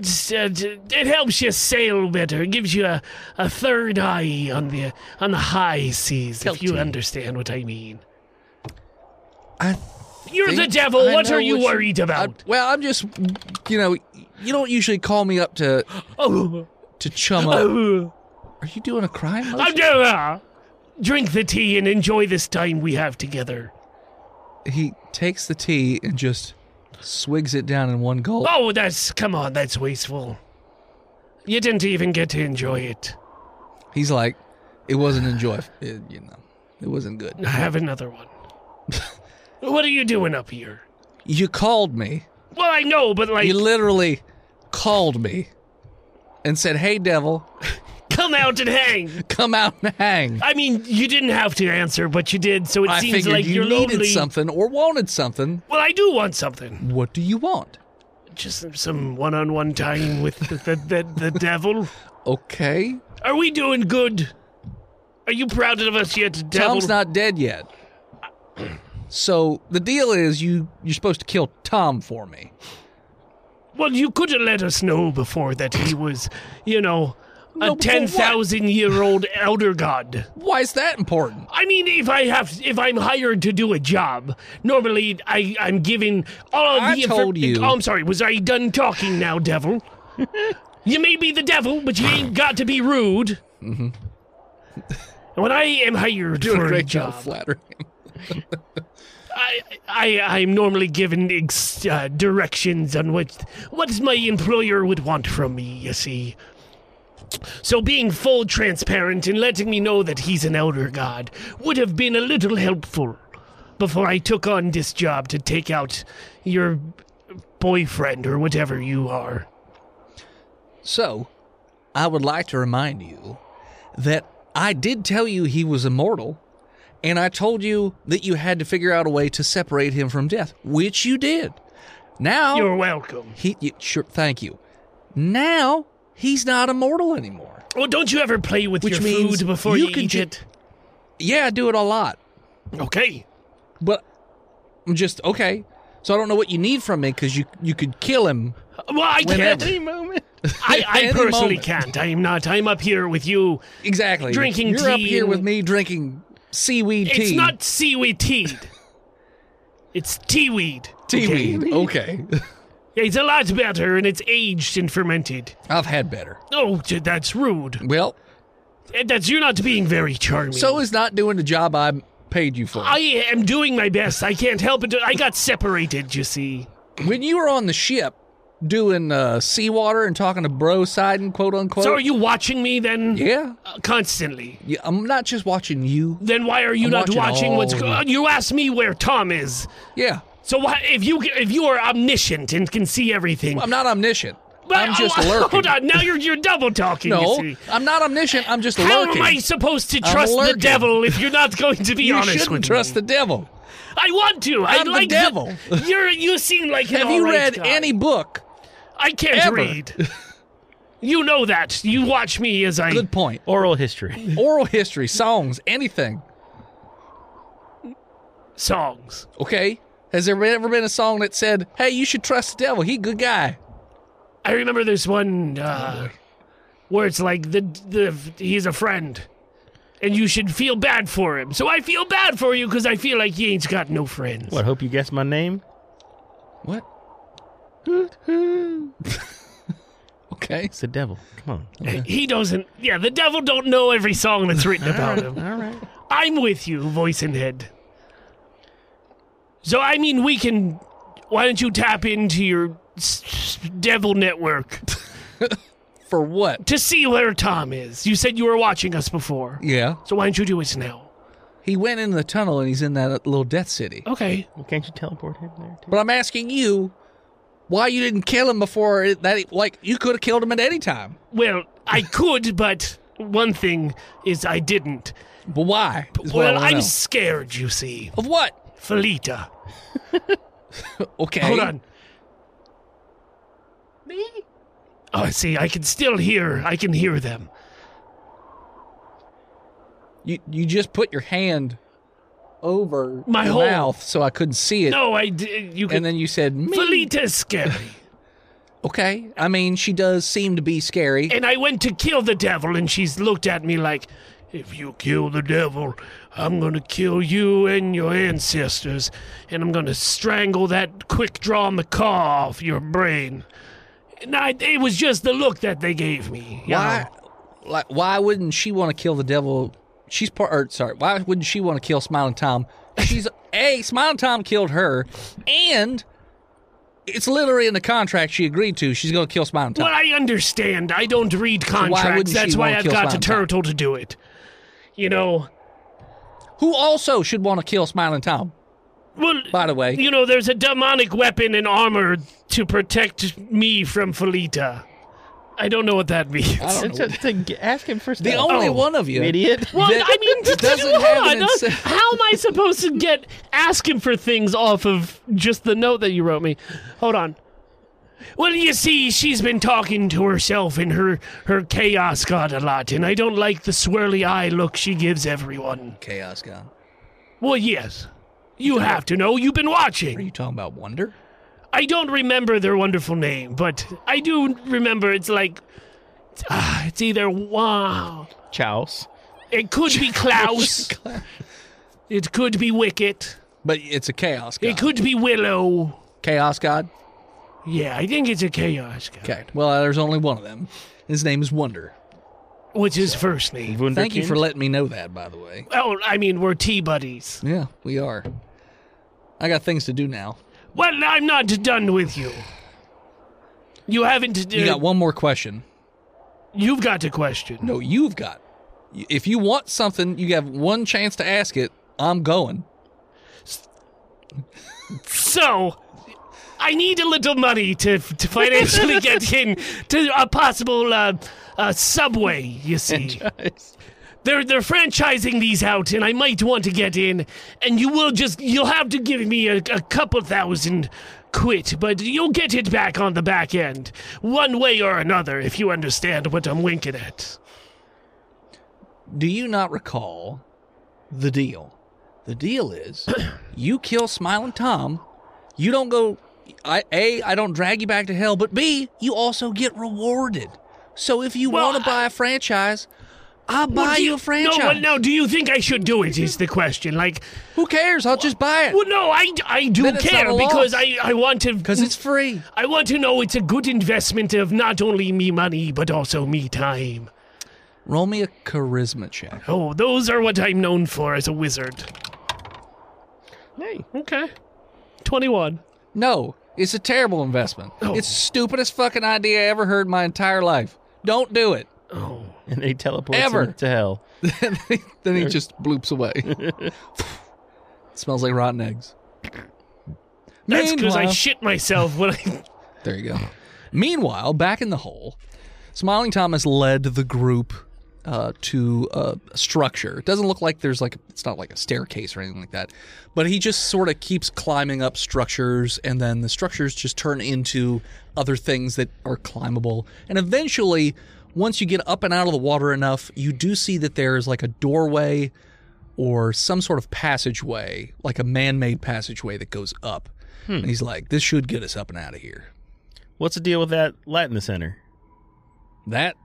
Speaker 3: s- uh, d- it helps you sail better. It gives you a, a third eye on the on the high seas, if you
Speaker 2: Kelty.
Speaker 3: understand what I mean.
Speaker 2: I
Speaker 3: You're the
Speaker 2: think
Speaker 3: devil.
Speaker 2: I
Speaker 3: what
Speaker 2: know
Speaker 3: are you
Speaker 2: what you-
Speaker 3: worried
Speaker 2: I,
Speaker 3: about?
Speaker 2: well, I'm just, you know, you don't usually call me up to
Speaker 3: oh,
Speaker 2: to chum up.
Speaker 3: oh,
Speaker 2: Are you doing a crime?
Speaker 3: I'm
Speaker 2: motion?
Speaker 3: never. Drink the tea and enjoy this time we have together.
Speaker 2: He takes the tea and just swigs it down in one gulp.
Speaker 3: Oh, that's come on. That's wasteful. You didn't even get to enjoy it.
Speaker 2: He's like, it wasn't enjoy. It, you know, it wasn't good.
Speaker 3: I have another one. <laughs> what are you doing up here?
Speaker 2: You called me.
Speaker 3: Well, I know, but like,
Speaker 2: You literally called me and said, "Hey, devil,
Speaker 3: come out
Speaker 2: <laughs>
Speaker 3: and hang.
Speaker 2: come out and hang."
Speaker 3: I mean, you didn't have to answer, but you did, so it
Speaker 2: I
Speaker 3: seems
Speaker 2: figured
Speaker 3: like
Speaker 2: you
Speaker 3: are
Speaker 2: needed
Speaker 3: lonely.
Speaker 2: something or wanted something.
Speaker 3: Well, I do want something.
Speaker 2: What do you want?
Speaker 3: Just some one-on-one time with the the, the,
Speaker 2: <laughs>
Speaker 3: the devil.
Speaker 2: Okay.
Speaker 3: Are we doing good? Are you proud of us yet, devil?
Speaker 2: Tom's not dead yet. So the deal is you you're supposed to kill Tom for me.
Speaker 3: well, you could have let us know before that he was, you know,
Speaker 2: No,
Speaker 3: a
Speaker 2: but for what?
Speaker 3: ten thousand year old elder god.
Speaker 2: Why is that important?
Speaker 3: I mean, if I have, if I'm hired to do a job, normally I, I'm given all of
Speaker 2: I
Speaker 3: the.
Speaker 2: told you.
Speaker 3: Oh, I'm sorry. Was I done talking
Speaker 2: <laughs>
Speaker 3: now, devil? you may be the devil, but you ain't got to be rude. Mm-hmm. when I am hired
Speaker 2: Doing
Speaker 3: for
Speaker 2: a
Speaker 3: a,
Speaker 2: great job
Speaker 3: job,
Speaker 2: flattering him.
Speaker 3: I, I, I'm normally given ex- uh, directions on what, what my employer would want from me. You see. So being full transparent and letting me know that he's an elder god would have been a little helpful before I took on this job to take out your boyfriend or whatever you are.
Speaker 2: So, I would like to remind you that I did tell you he was immortal, and I told you that you had to figure out a way to separate him from death, which you did. Now
Speaker 3: You're welcome.
Speaker 2: he you, sure thank you. Now he's not immortal anymore.
Speaker 3: Well, Oh, don't you ever play with
Speaker 2: Which
Speaker 3: your
Speaker 2: means
Speaker 3: food before
Speaker 2: you
Speaker 3: you,
Speaker 2: can
Speaker 3: eat
Speaker 2: ju-
Speaker 3: it?
Speaker 2: Yeah, I do it a lot.
Speaker 3: Okay.
Speaker 2: But I'm just okay. So I don't know what you need from me because you you could kill him.
Speaker 3: Well, I can't.
Speaker 2: Whenever.
Speaker 4: moment.
Speaker 3: I,
Speaker 2: At
Speaker 3: I
Speaker 2: <laughs> any
Speaker 3: personally
Speaker 2: moment.
Speaker 3: can't. I am not. I'm up here with you.
Speaker 2: Exactly.
Speaker 3: Drinking
Speaker 2: You're up
Speaker 3: tea
Speaker 2: here
Speaker 3: and-
Speaker 2: with me drinking seaweed tea.
Speaker 3: It's not seaweed teed. it's teaweed.
Speaker 2: tea
Speaker 3: okay?
Speaker 2: weed. Okay. <laughs>
Speaker 3: It's a lot better, and it's aged and fermented.
Speaker 2: I've had better.
Speaker 3: Oh, j- that's rude.
Speaker 2: Well,
Speaker 3: Eh, That's you're not being very charming.
Speaker 2: so is not doing the job I paid you for.
Speaker 3: I am doing my best. I can't help it. I got separated, you see.
Speaker 2: when you were on the ship doing uh, seawater and talking to Bro Sidon, quote unquote.
Speaker 3: So are you watching me then?
Speaker 2: yeah.
Speaker 3: Uh, constantly.
Speaker 2: yeah. I'm not just watching you.
Speaker 3: Then why are you
Speaker 2: I'm
Speaker 3: not
Speaker 2: watching
Speaker 3: watching what's
Speaker 2: all
Speaker 3: go-
Speaker 2: of
Speaker 3: uh, you asked me where Tom is.
Speaker 2: Yeah.
Speaker 3: So why, if you if you are omniscient and can see everything,
Speaker 2: I'm not omniscient. I'm just
Speaker 3: oh,
Speaker 2: lurking.
Speaker 3: <laughs> Hold on, now you're you're double talking. you
Speaker 2: No,
Speaker 3: see.
Speaker 2: I'm not omniscient. I'm just
Speaker 3: How
Speaker 2: lurking.
Speaker 3: am I supposed to trust the
Speaker 2: lurking.
Speaker 3: devil if you're not going to be
Speaker 2: you
Speaker 3: honest
Speaker 2: shouldn't
Speaker 3: with
Speaker 2: trust
Speaker 3: me?
Speaker 2: the devil.
Speaker 3: I want to. I
Speaker 2: I'm the
Speaker 3: like
Speaker 2: devil.
Speaker 3: <laughs> You're you seem like an
Speaker 2: Have you
Speaker 3: alright
Speaker 2: read
Speaker 3: guy.
Speaker 2: any book?
Speaker 3: I can't
Speaker 2: ever?
Speaker 3: read. You know that. You watch me as I.
Speaker 2: Good point.
Speaker 4: Oral history.
Speaker 2: Oral history, songs, anything.
Speaker 3: songs.
Speaker 2: Okay. Has there ever been a song that said, "Hey, you should trust the devil. He a good guy."
Speaker 3: I remember there's one uh, where it's like the the he's a friend, and you should feel bad for him. So I feel bad for you because I feel like you ain't got no friends.
Speaker 4: What? Hope you guessed my name.
Speaker 2: What? okay.
Speaker 4: It's the devil. Come on.
Speaker 3: <laughs> He doesn't. Yeah, the devil don't know every song that's written about him.
Speaker 4: All right.
Speaker 3: I'm with you, voice and head. So I mean, we can. Why don't you tap into your s- s- devil network
Speaker 2: For what?
Speaker 3: to see where Tom is? You said you were watching us before,
Speaker 2: Yeah.
Speaker 3: so why don't you do it now?
Speaker 2: He went into the tunnel and he's in that little death city.
Speaker 3: Okay.
Speaker 4: Well, can't you teleport him there? Too?
Speaker 2: But I'm asking you why you didn't kill him before it- that like you could have killed him at any time.
Speaker 3: Well, I could, but one thing is I didn't.
Speaker 2: But why? is what I
Speaker 3: Well,
Speaker 2: wanna
Speaker 3: I'm
Speaker 2: know.
Speaker 3: scared, you see.
Speaker 2: of what?
Speaker 3: Felita.
Speaker 2: Okay.
Speaker 3: Hold on. Me? Oh, see, I can still hear. I can hear them.
Speaker 2: You you just put your hand over
Speaker 3: My
Speaker 2: your
Speaker 3: whole-
Speaker 2: mouth so I couldn't see it.
Speaker 3: No, I. D- you can.
Speaker 2: And then you said me.
Speaker 3: Felita's scary.
Speaker 2: Okay. I mean, she does seem to be scary.
Speaker 3: and I went to kill the devil, and she's looked at me like, if you kill the devil, I'm gonna kill you and your ancestors, and I'm gonna strangle that quick draw macaw off your brain. And I, it was just the look that they gave me. you
Speaker 2: why?
Speaker 3: know.
Speaker 2: Like, why wouldn't she want to kill the devil? She's part. Or, sorry. Why wouldn't she want to kill Smiling Tom? She's <laughs> a Smiling Tom killed her, and it's literally in the contract she agreed to. She's going to kill Smiling Tom.
Speaker 3: Well, I understand. I don't read contracts.
Speaker 2: wouldn't
Speaker 3: That's
Speaker 2: she
Speaker 3: why
Speaker 2: wanna
Speaker 3: I've
Speaker 2: kill
Speaker 3: got to
Speaker 2: Smiling Tom?
Speaker 3: turtle to do it. You know.
Speaker 2: Who also should want to kill Smiling Tom?
Speaker 3: Well,
Speaker 2: By the way,
Speaker 3: you know, there's a demonic weapon in armor to protect me from Felita. I don't know what that <laughs> means.
Speaker 2: I don't know.
Speaker 4: ask him first.
Speaker 2: The only one of you,
Speaker 4: idiot.
Speaker 3: Oh, Well,
Speaker 2: that
Speaker 3: I
Speaker 2: <laughs>
Speaker 3: mean,
Speaker 2: doesn't
Speaker 3: <laughs> come
Speaker 2: have
Speaker 3: on,
Speaker 2: an
Speaker 3: uh,
Speaker 2: incentive.
Speaker 3: how am I supposed to get asking for things off of just the note that you wrote me? Hold on. Well, you see, she's been talking to herself in her her chaos god a lot, and I don't like the swirly eye look she gives everyone.
Speaker 2: Chaos God.
Speaker 3: Well, yes, you have to know. You've been
Speaker 2: Are
Speaker 3: watching.
Speaker 2: you talking about Wonder?
Speaker 3: I don't remember their wonderful name, but I do remember it's like. ah, it's either wow.
Speaker 4: Chouse.
Speaker 3: It could
Speaker 2: <laughs>
Speaker 3: be Klaus. it could be Wicket.
Speaker 2: But it's a Chaos God.
Speaker 3: It could be Willow.
Speaker 2: Chaos God.
Speaker 3: Yeah, I think it's a chaos guy.
Speaker 2: Okay. Well, there's only one of them. His name is Wonder.
Speaker 3: What's his first name?
Speaker 2: Thank you for letting me know that, by the way.
Speaker 3: Oh, I mean, we're tea buddies.
Speaker 2: Yeah, we are. I got things to do now.
Speaker 3: Well, I'm not done with you. You haven't. Uh,
Speaker 2: You got one more question.
Speaker 3: You've got a question.
Speaker 2: No, you've got. If you want something, you have one chance to ask it. I'm going.
Speaker 3: So, I need a little money to, to financially get in to a possible uh, uh, subway. You see, they're they're franchising these out, and I might want to get in. And you will just you'll have to give me a, a couple thousand quid, but you'll get it back on the back end, one way or another, if you understand what I'm winking at.
Speaker 2: Do you not recall the deal? The deal is
Speaker 3: <coughs>
Speaker 2: you kill Smiling Tom, you don't go. I, a, I don't drag you back to hell, but B, you also get rewarded. So if you
Speaker 3: Well,
Speaker 2: want to buy a franchise, I'll buy
Speaker 3: Well, do
Speaker 2: you a franchise.
Speaker 3: No, well, no. Do you think I should do it? Is the question. Like,
Speaker 2: Who cares? I'll just buy it
Speaker 3: well, no, I, I do
Speaker 2: Then it's not
Speaker 3: care
Speaker 2: a loss.
Speaker 3: because I, I want to
Speaker 2: because it's free.
Speaker 3: I want to know it's a good investment of not only me money, but also me time.
Speaker 2: Roll me a charisma check.
Speaker 3: Oh, those are what I'm known for as a wizard.
Speaker 4: Hey.
Speaker 3: Okay. 21.
Speaker 2: No, it's a terrible investment.
Speaker 3: Oh.
Speaker 2: It's the stupidest fucking idea I ever heard in my entire life. Don't do it.
Speaker 3: Oh.
Speaker 4: And they teleport
Speaker 2: Ever.
Speaker 4: to hell.
Speaker 2: then, he, then he just bloops
Speaker 3: <laughs>
Speaker 2: away. smells like rotten eggs.
Speaker 3: That's because I
Speaker 2: Meanwhile-
Speaker 3: shit myself when I.
Speaker 2: there you go. Meanwhile, back in the hole, Smiling Thomas led the group uh, to uh, a structure. It doesn't look like there's like it's not like a staircase or anything like that, but he just sort of keeps climbing up structures, and then the structures just turn into other things that are climbable, and eventually. Once you get up and out of the water enough, you do see that there is like a doorway or some sort of passageway, like a man made passageway that goes up. And he's like, this should get us up and out of here.
Speaker 4: What's the deal with that light in the center?
Speaker 2: That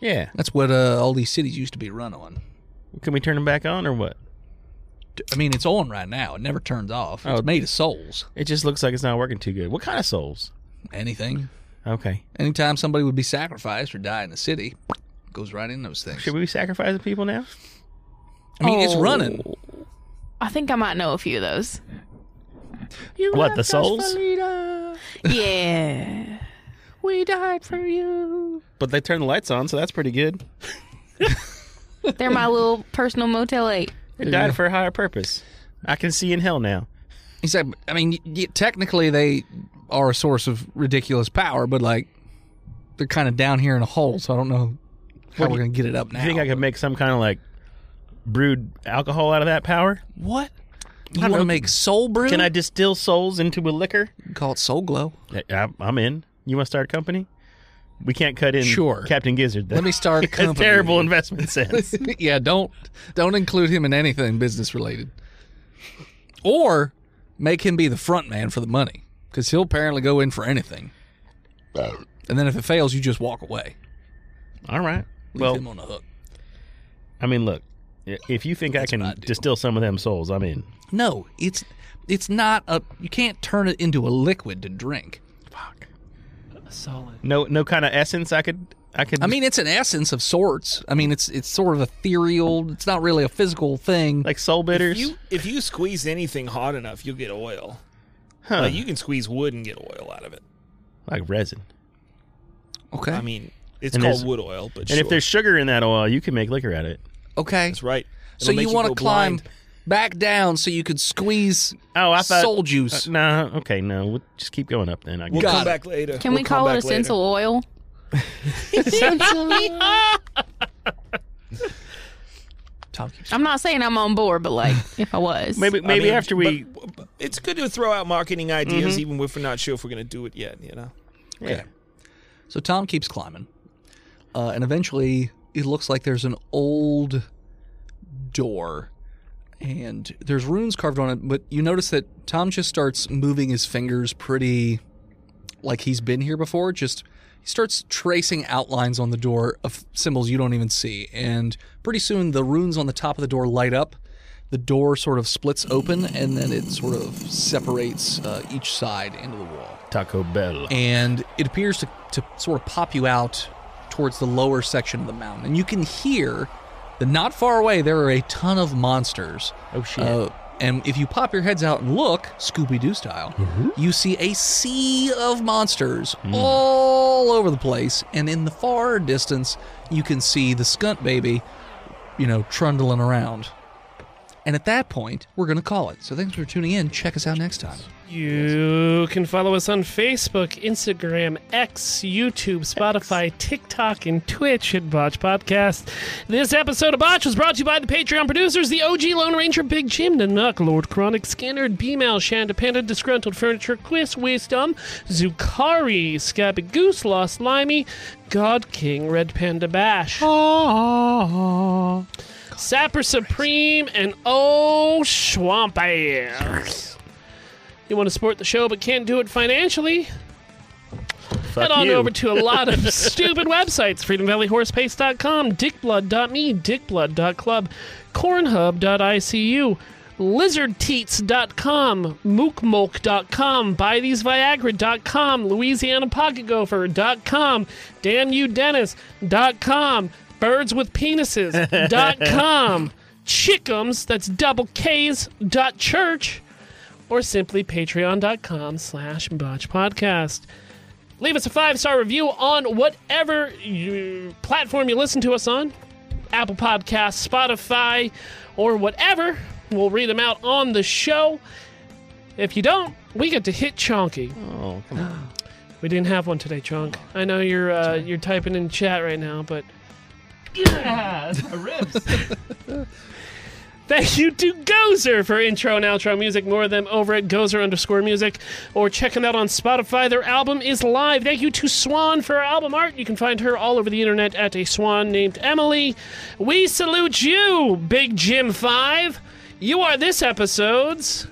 Speaker 4: Yeah.
Speaker 2: That's what uh, all these cities used to be run on.
Speaker 4: Can we turn them back on or what?
Speaker 2: D- I mean, it's on right now. It never turns off. It's
Speaker 4: Oh.
Speaker 2: made of souls.
Speaker 4: It just looks like it's not working too good. What kind of souls?
Speaker 2: Anything.
Speaker 4: Okay.
Speaker 2: Anytime somebody would be sacrificed or die in the city, goes right in those things.
Speaker 4: Should we be sacrificing people now?
Speaker 2: I mean,
Speaker 4: Oh.
Speaker 2: it's running.
Speaker 6: I think I might know a few of those.
Speaker 4: what, the souls?
Speaker 6: Yeah.
Speaker 4: We died for you. But they turned the lights on, so that's pretty good.
Speaker 6: They're my little personal Motel 8.
Speaker 4: They died for a higher purpose. I can see in hell now.
Speaker 2: He's like, I mean, y- y- technically they are a source of ridiculous power, but like they're kind of down here in a hole, so I don't know how we're going to get it up now.
Speaker 4: You think I could make some kind of like brewed alcohol out of that power?
Speaker 2: what? You want to make soul brew?
Speaker 4: Can I distill souls into a liquor?
Speaker 2: call it soul glow?
Speaker 4: I- I- I'm in. You want to start a company? We can't cut in
Speaker 2: Sure.
Speaker 4: Captain Gizzard. though.
Speaker 2: Let me
Speaker 4: <laughs>
Speaker 2: start a
Speaker 4: That's
Speaker 2: company.
Speaker 4: terrible investment <laughs> sense.
Speaker 2: <laughs> yeah, don't don't include him in anything business related. Or make him be the front man for the money cuz he'll apparently go in for anything. And then if it fails, you just walk away.
Speaker 4: All right.
Speaker 2: Leave
Speaker 4: well,
Speaker 2: him on the hook.
Speaker 4: I mean, look. i- If you think I can
Speaker 2: what I do.
Speaker 4: distill some of them souls, I'm in.
Speaker 2: No, it's it's not a you can't turn it into a liquid to drink.
Speaker 3: Solid.
Speaker 4: No, no kind of essence I could. I could.
Speaker 2: I mean, it's an essence of sorts. I mean, it's it's sort of ethereal. It's not really a physical thing.
Speaker 4: like soul bitters.
Speaker 5: You, if you squeeze anything hot enough, you'll get oil.
Speaker 4: Huh.
Speaker 5: Like you can squeeze wood and get oil out of it.
Speaker 4: like resin.
Speaker 2: okay,
Speaker 5: I mean, it's
Speaker 4: And
Speaker 5: called
Speaker 4: there's-
Speaker 5: wood oil, but
Speaker 4: And
Speaker 5: sure.
Speaker 4: if there's sugar in that oil, you can make liquor out of it.
Speaker 2: okay.
Speaker 5: that's right.
Speaker 2: So
Speaker 5: It'll make
Speaker 2: you want
Speaker 5: go
Speaker 2: to climb
Speaker 5: blind.
Speaker 2: back down so you could squeeze
Speaker 4: Oh, I thought
Speaker 2: soul
Speaker 4: Uh,
Speaker 2: juice.
Speaker 4: nah, okay, no. We'll just keep going up then. I
Speaker 5: We'll
Speaker 2: Got
Speaker 4: guess.
Speaker 5: come
Speaker 2: it.
Speaker 5: back later.
Speaker 6: Can
Speaker 5: We'll
Speaker 6: we
Speaker 5: come
Speaker 6: call it
Speaker 5: back
Speaker 6: essential
Speaker 5: later.
Speaker 6: oil? <laughs>
Speaker 2: Tom keeps-
Speaker 6: I'm not saying I'm on board, but like, if I was.
Speaker 4: Maybe
Speaker 5: I
Speaker 4: maybe
Speaker 5: mean,
Speaker 4: after we Mm-hmm.
Speaker 5: but- but it's good to throw out marketing ideas, even if we're not sure if we're going to do it yet. You know,
Speaker 4: yeah.
Speaker 2: So Tom keeps climbing, uh, and eventually it looks like there's an old door, and there's runes carved on it. But you notice that Tom just starts moving his fingers pretty, like he's been here before. Just he starts tracing outlines on the door of symbols you don't even see, and pretty soon the runes on the top of the door light up. The door sort of splits open, and then it sort of separates uh, each side into the wall
Speaker 4: Taco Bell.
Speaker 2: and it appears to, to sort of pop you out towards the lower section of the mountain. And you can hear that not far away there are a ton of monsters.
Speaker 4: Oh, shit.
Speaker 2: Uh, and if you pop your heads out and look, Scooby Doo style,
Speaker 4: Mm-hmm.
Speaker 2: you see a sea of monsters
Speaker 4: Hmm.
Speaker 2: all over the place. And in the far distance, you can see the skunt baby, you know, trundling around. And at that point, we're going to call it. So thanks for tuning in. Check us out next time.
Speaker 3: You can follow us on Facebook, Instagram, X, YouTube, Spotify, TikTok, and Twitch at Botch Podcast. This episode of Botch was brought to you by the Patreon producers, the OG Lone Ranger, Big Jim, the Nuck, Lord Chronic, Skinner, B-Mal, Shanda Panda, Disgruntled Furniture, Quiz Wisdom, Zukari, Scabby Goose, Lost Limey, God King, Red Panda Bash. Sapper Supreme and Oh Swamp Ass. You want to support the show but can't do it financially?
Speaker 4: Fuck
Speaker 3: Head on
Speaker 4: you.
Speaker 3: over to a
Speaker 4: <laughs>
Speaker 3: lot of stupid websites FreedomValleyHorsepaste.com, DickBlood.me, DickBlood.club, CornHub.icu, LizardTeats.com, MookMulk.com, BuyTheseViagra.com, LouisianaPocketGopher.com, DamnYouDennis.com,
Speaker 4: <laughs>
Speaker 3: BirdsWithPenises.com, Chickums, that's double K's, dot church, or simply patreon.com slash botch podcast. Leave us a five star review on whatever you, platform you listen to us on Apple Podcasts, Spotify, or whatever. We'll read them out on the show. If you don't, we get to hit Chonky.
Speaker 4: Oh, come on.
Speaker 3: <gasps> We didn't have one today, Chonk. I know you're uh, you're typing in chat right now, but. Yeah, ribs. Thank you to Gozer for intro and outro music. More of them over at Gozer underscore music, or check them out on Spotify. Their album is live. Thank you to Swan for her album art. You can find her all over the internet at a swan named Emily. We salute you, Big Jim Five. You are this episode's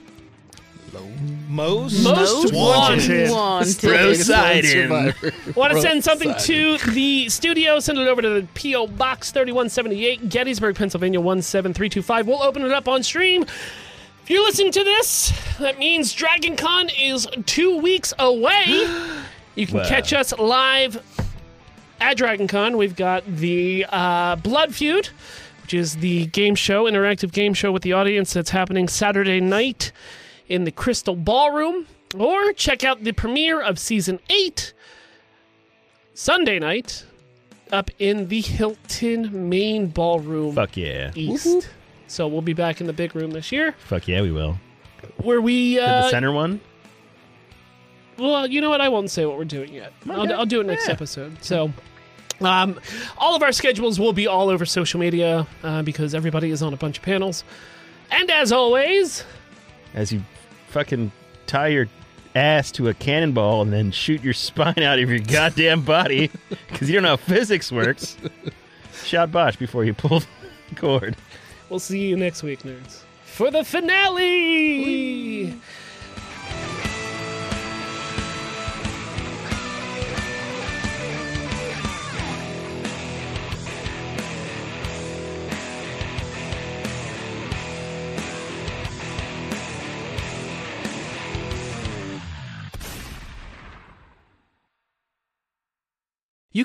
Speaker 6: Most,
Speaker 3: most wanted. <laughs> Want to send something to
Speaker 2: Roadside.
Speaker 3: the studio? Send it over to the P.O. Box 3178, Gettysburg, Pennsylvania 17325. We'll open it up on stream. If you listen to this, that means Dragon Con is two weeks away. You can
Speaker 4: Wow.
Speaker 3: catch us live at Dragon Con. We've got the uh, Blood Feud, which is the game show, interactive game show with the audience that's happening Saturday night in the Crystal Ballroom. Or check out the premiere of season eight Sunday night up in the Hilton Main Ballroom
Speaker 4: Fuck yeah.
Speaker 3: East. So we'll be back in the big room this year,
Speaker 4: Fuck yeah, we will.
Speaker 3: where we.
Speaker 4: Did the
Speaker 3: Uh,
Speaker 4: center one?
Speaker 3: well, you know what? I won't say what we're doing yet. I'll, I'll do it next episode. So. Um, all of our schedules will be all over social media uh, because everybody is on a bunch of panels. And as always,
Speaker 4: As you fucking tie your ass to a cannonball and then shoot your <laughs> spine out of your goddamn body <laughs> because you don't know how physics works. Shout Bosch before you pull the cord.
Speaker 3: we'll see you next week, nerds, for the finale.
Speaker 2: You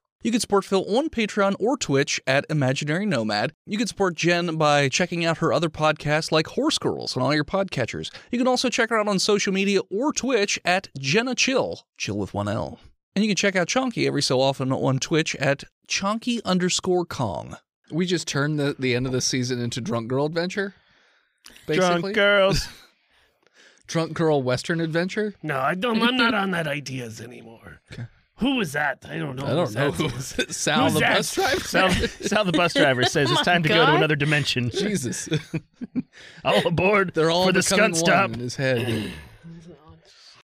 Speaker 2: You can support Phil on Patreon or Twitch at Imaginary Nomad. You can support Jen by checking out her other podcasts like Horse Girls on all your podcatchers. You can also check her out on social media or Twitch at Jenna Chill, chill with one L. And you can check out Chonky every so often on Twitch at Chonky underscore Kong.
Speaker 8: We just turned the, the end of the season into Drunk Girl Adventure.
Speaker 4: Drunk girls.
Speaker 8: Drunk Girl
Speaker 2: <laughs>
Speaker 8: Western Adventure.
Speaker 9: No, I don't, I'm not on that ideas anymore. Who was that? I don't know.
Speaker 8: I don't know
Speaker 9: who
Speaker 8: who
Speaker 9: was
Speaker 8: was it. Sal
Speaker 9: Who's
Speaker 8: <laughs> the
Speaker 9: that?
Speaker 8: bus driver.
Speaker 4: Sal, Sal the bus
Speaker 8: <laughs>
Speaker 4: driver says it's time to go to another dimension.
Speaker 8: Jesus,
Speaker 4: <laughs> All aboard
Speaker 8: they're all
Speaker 4: for the
Speaker 8: becoming
Speaker 4: scunt
Speaker 8: one
Speaker 4: stop.
Speaker 8: in his head.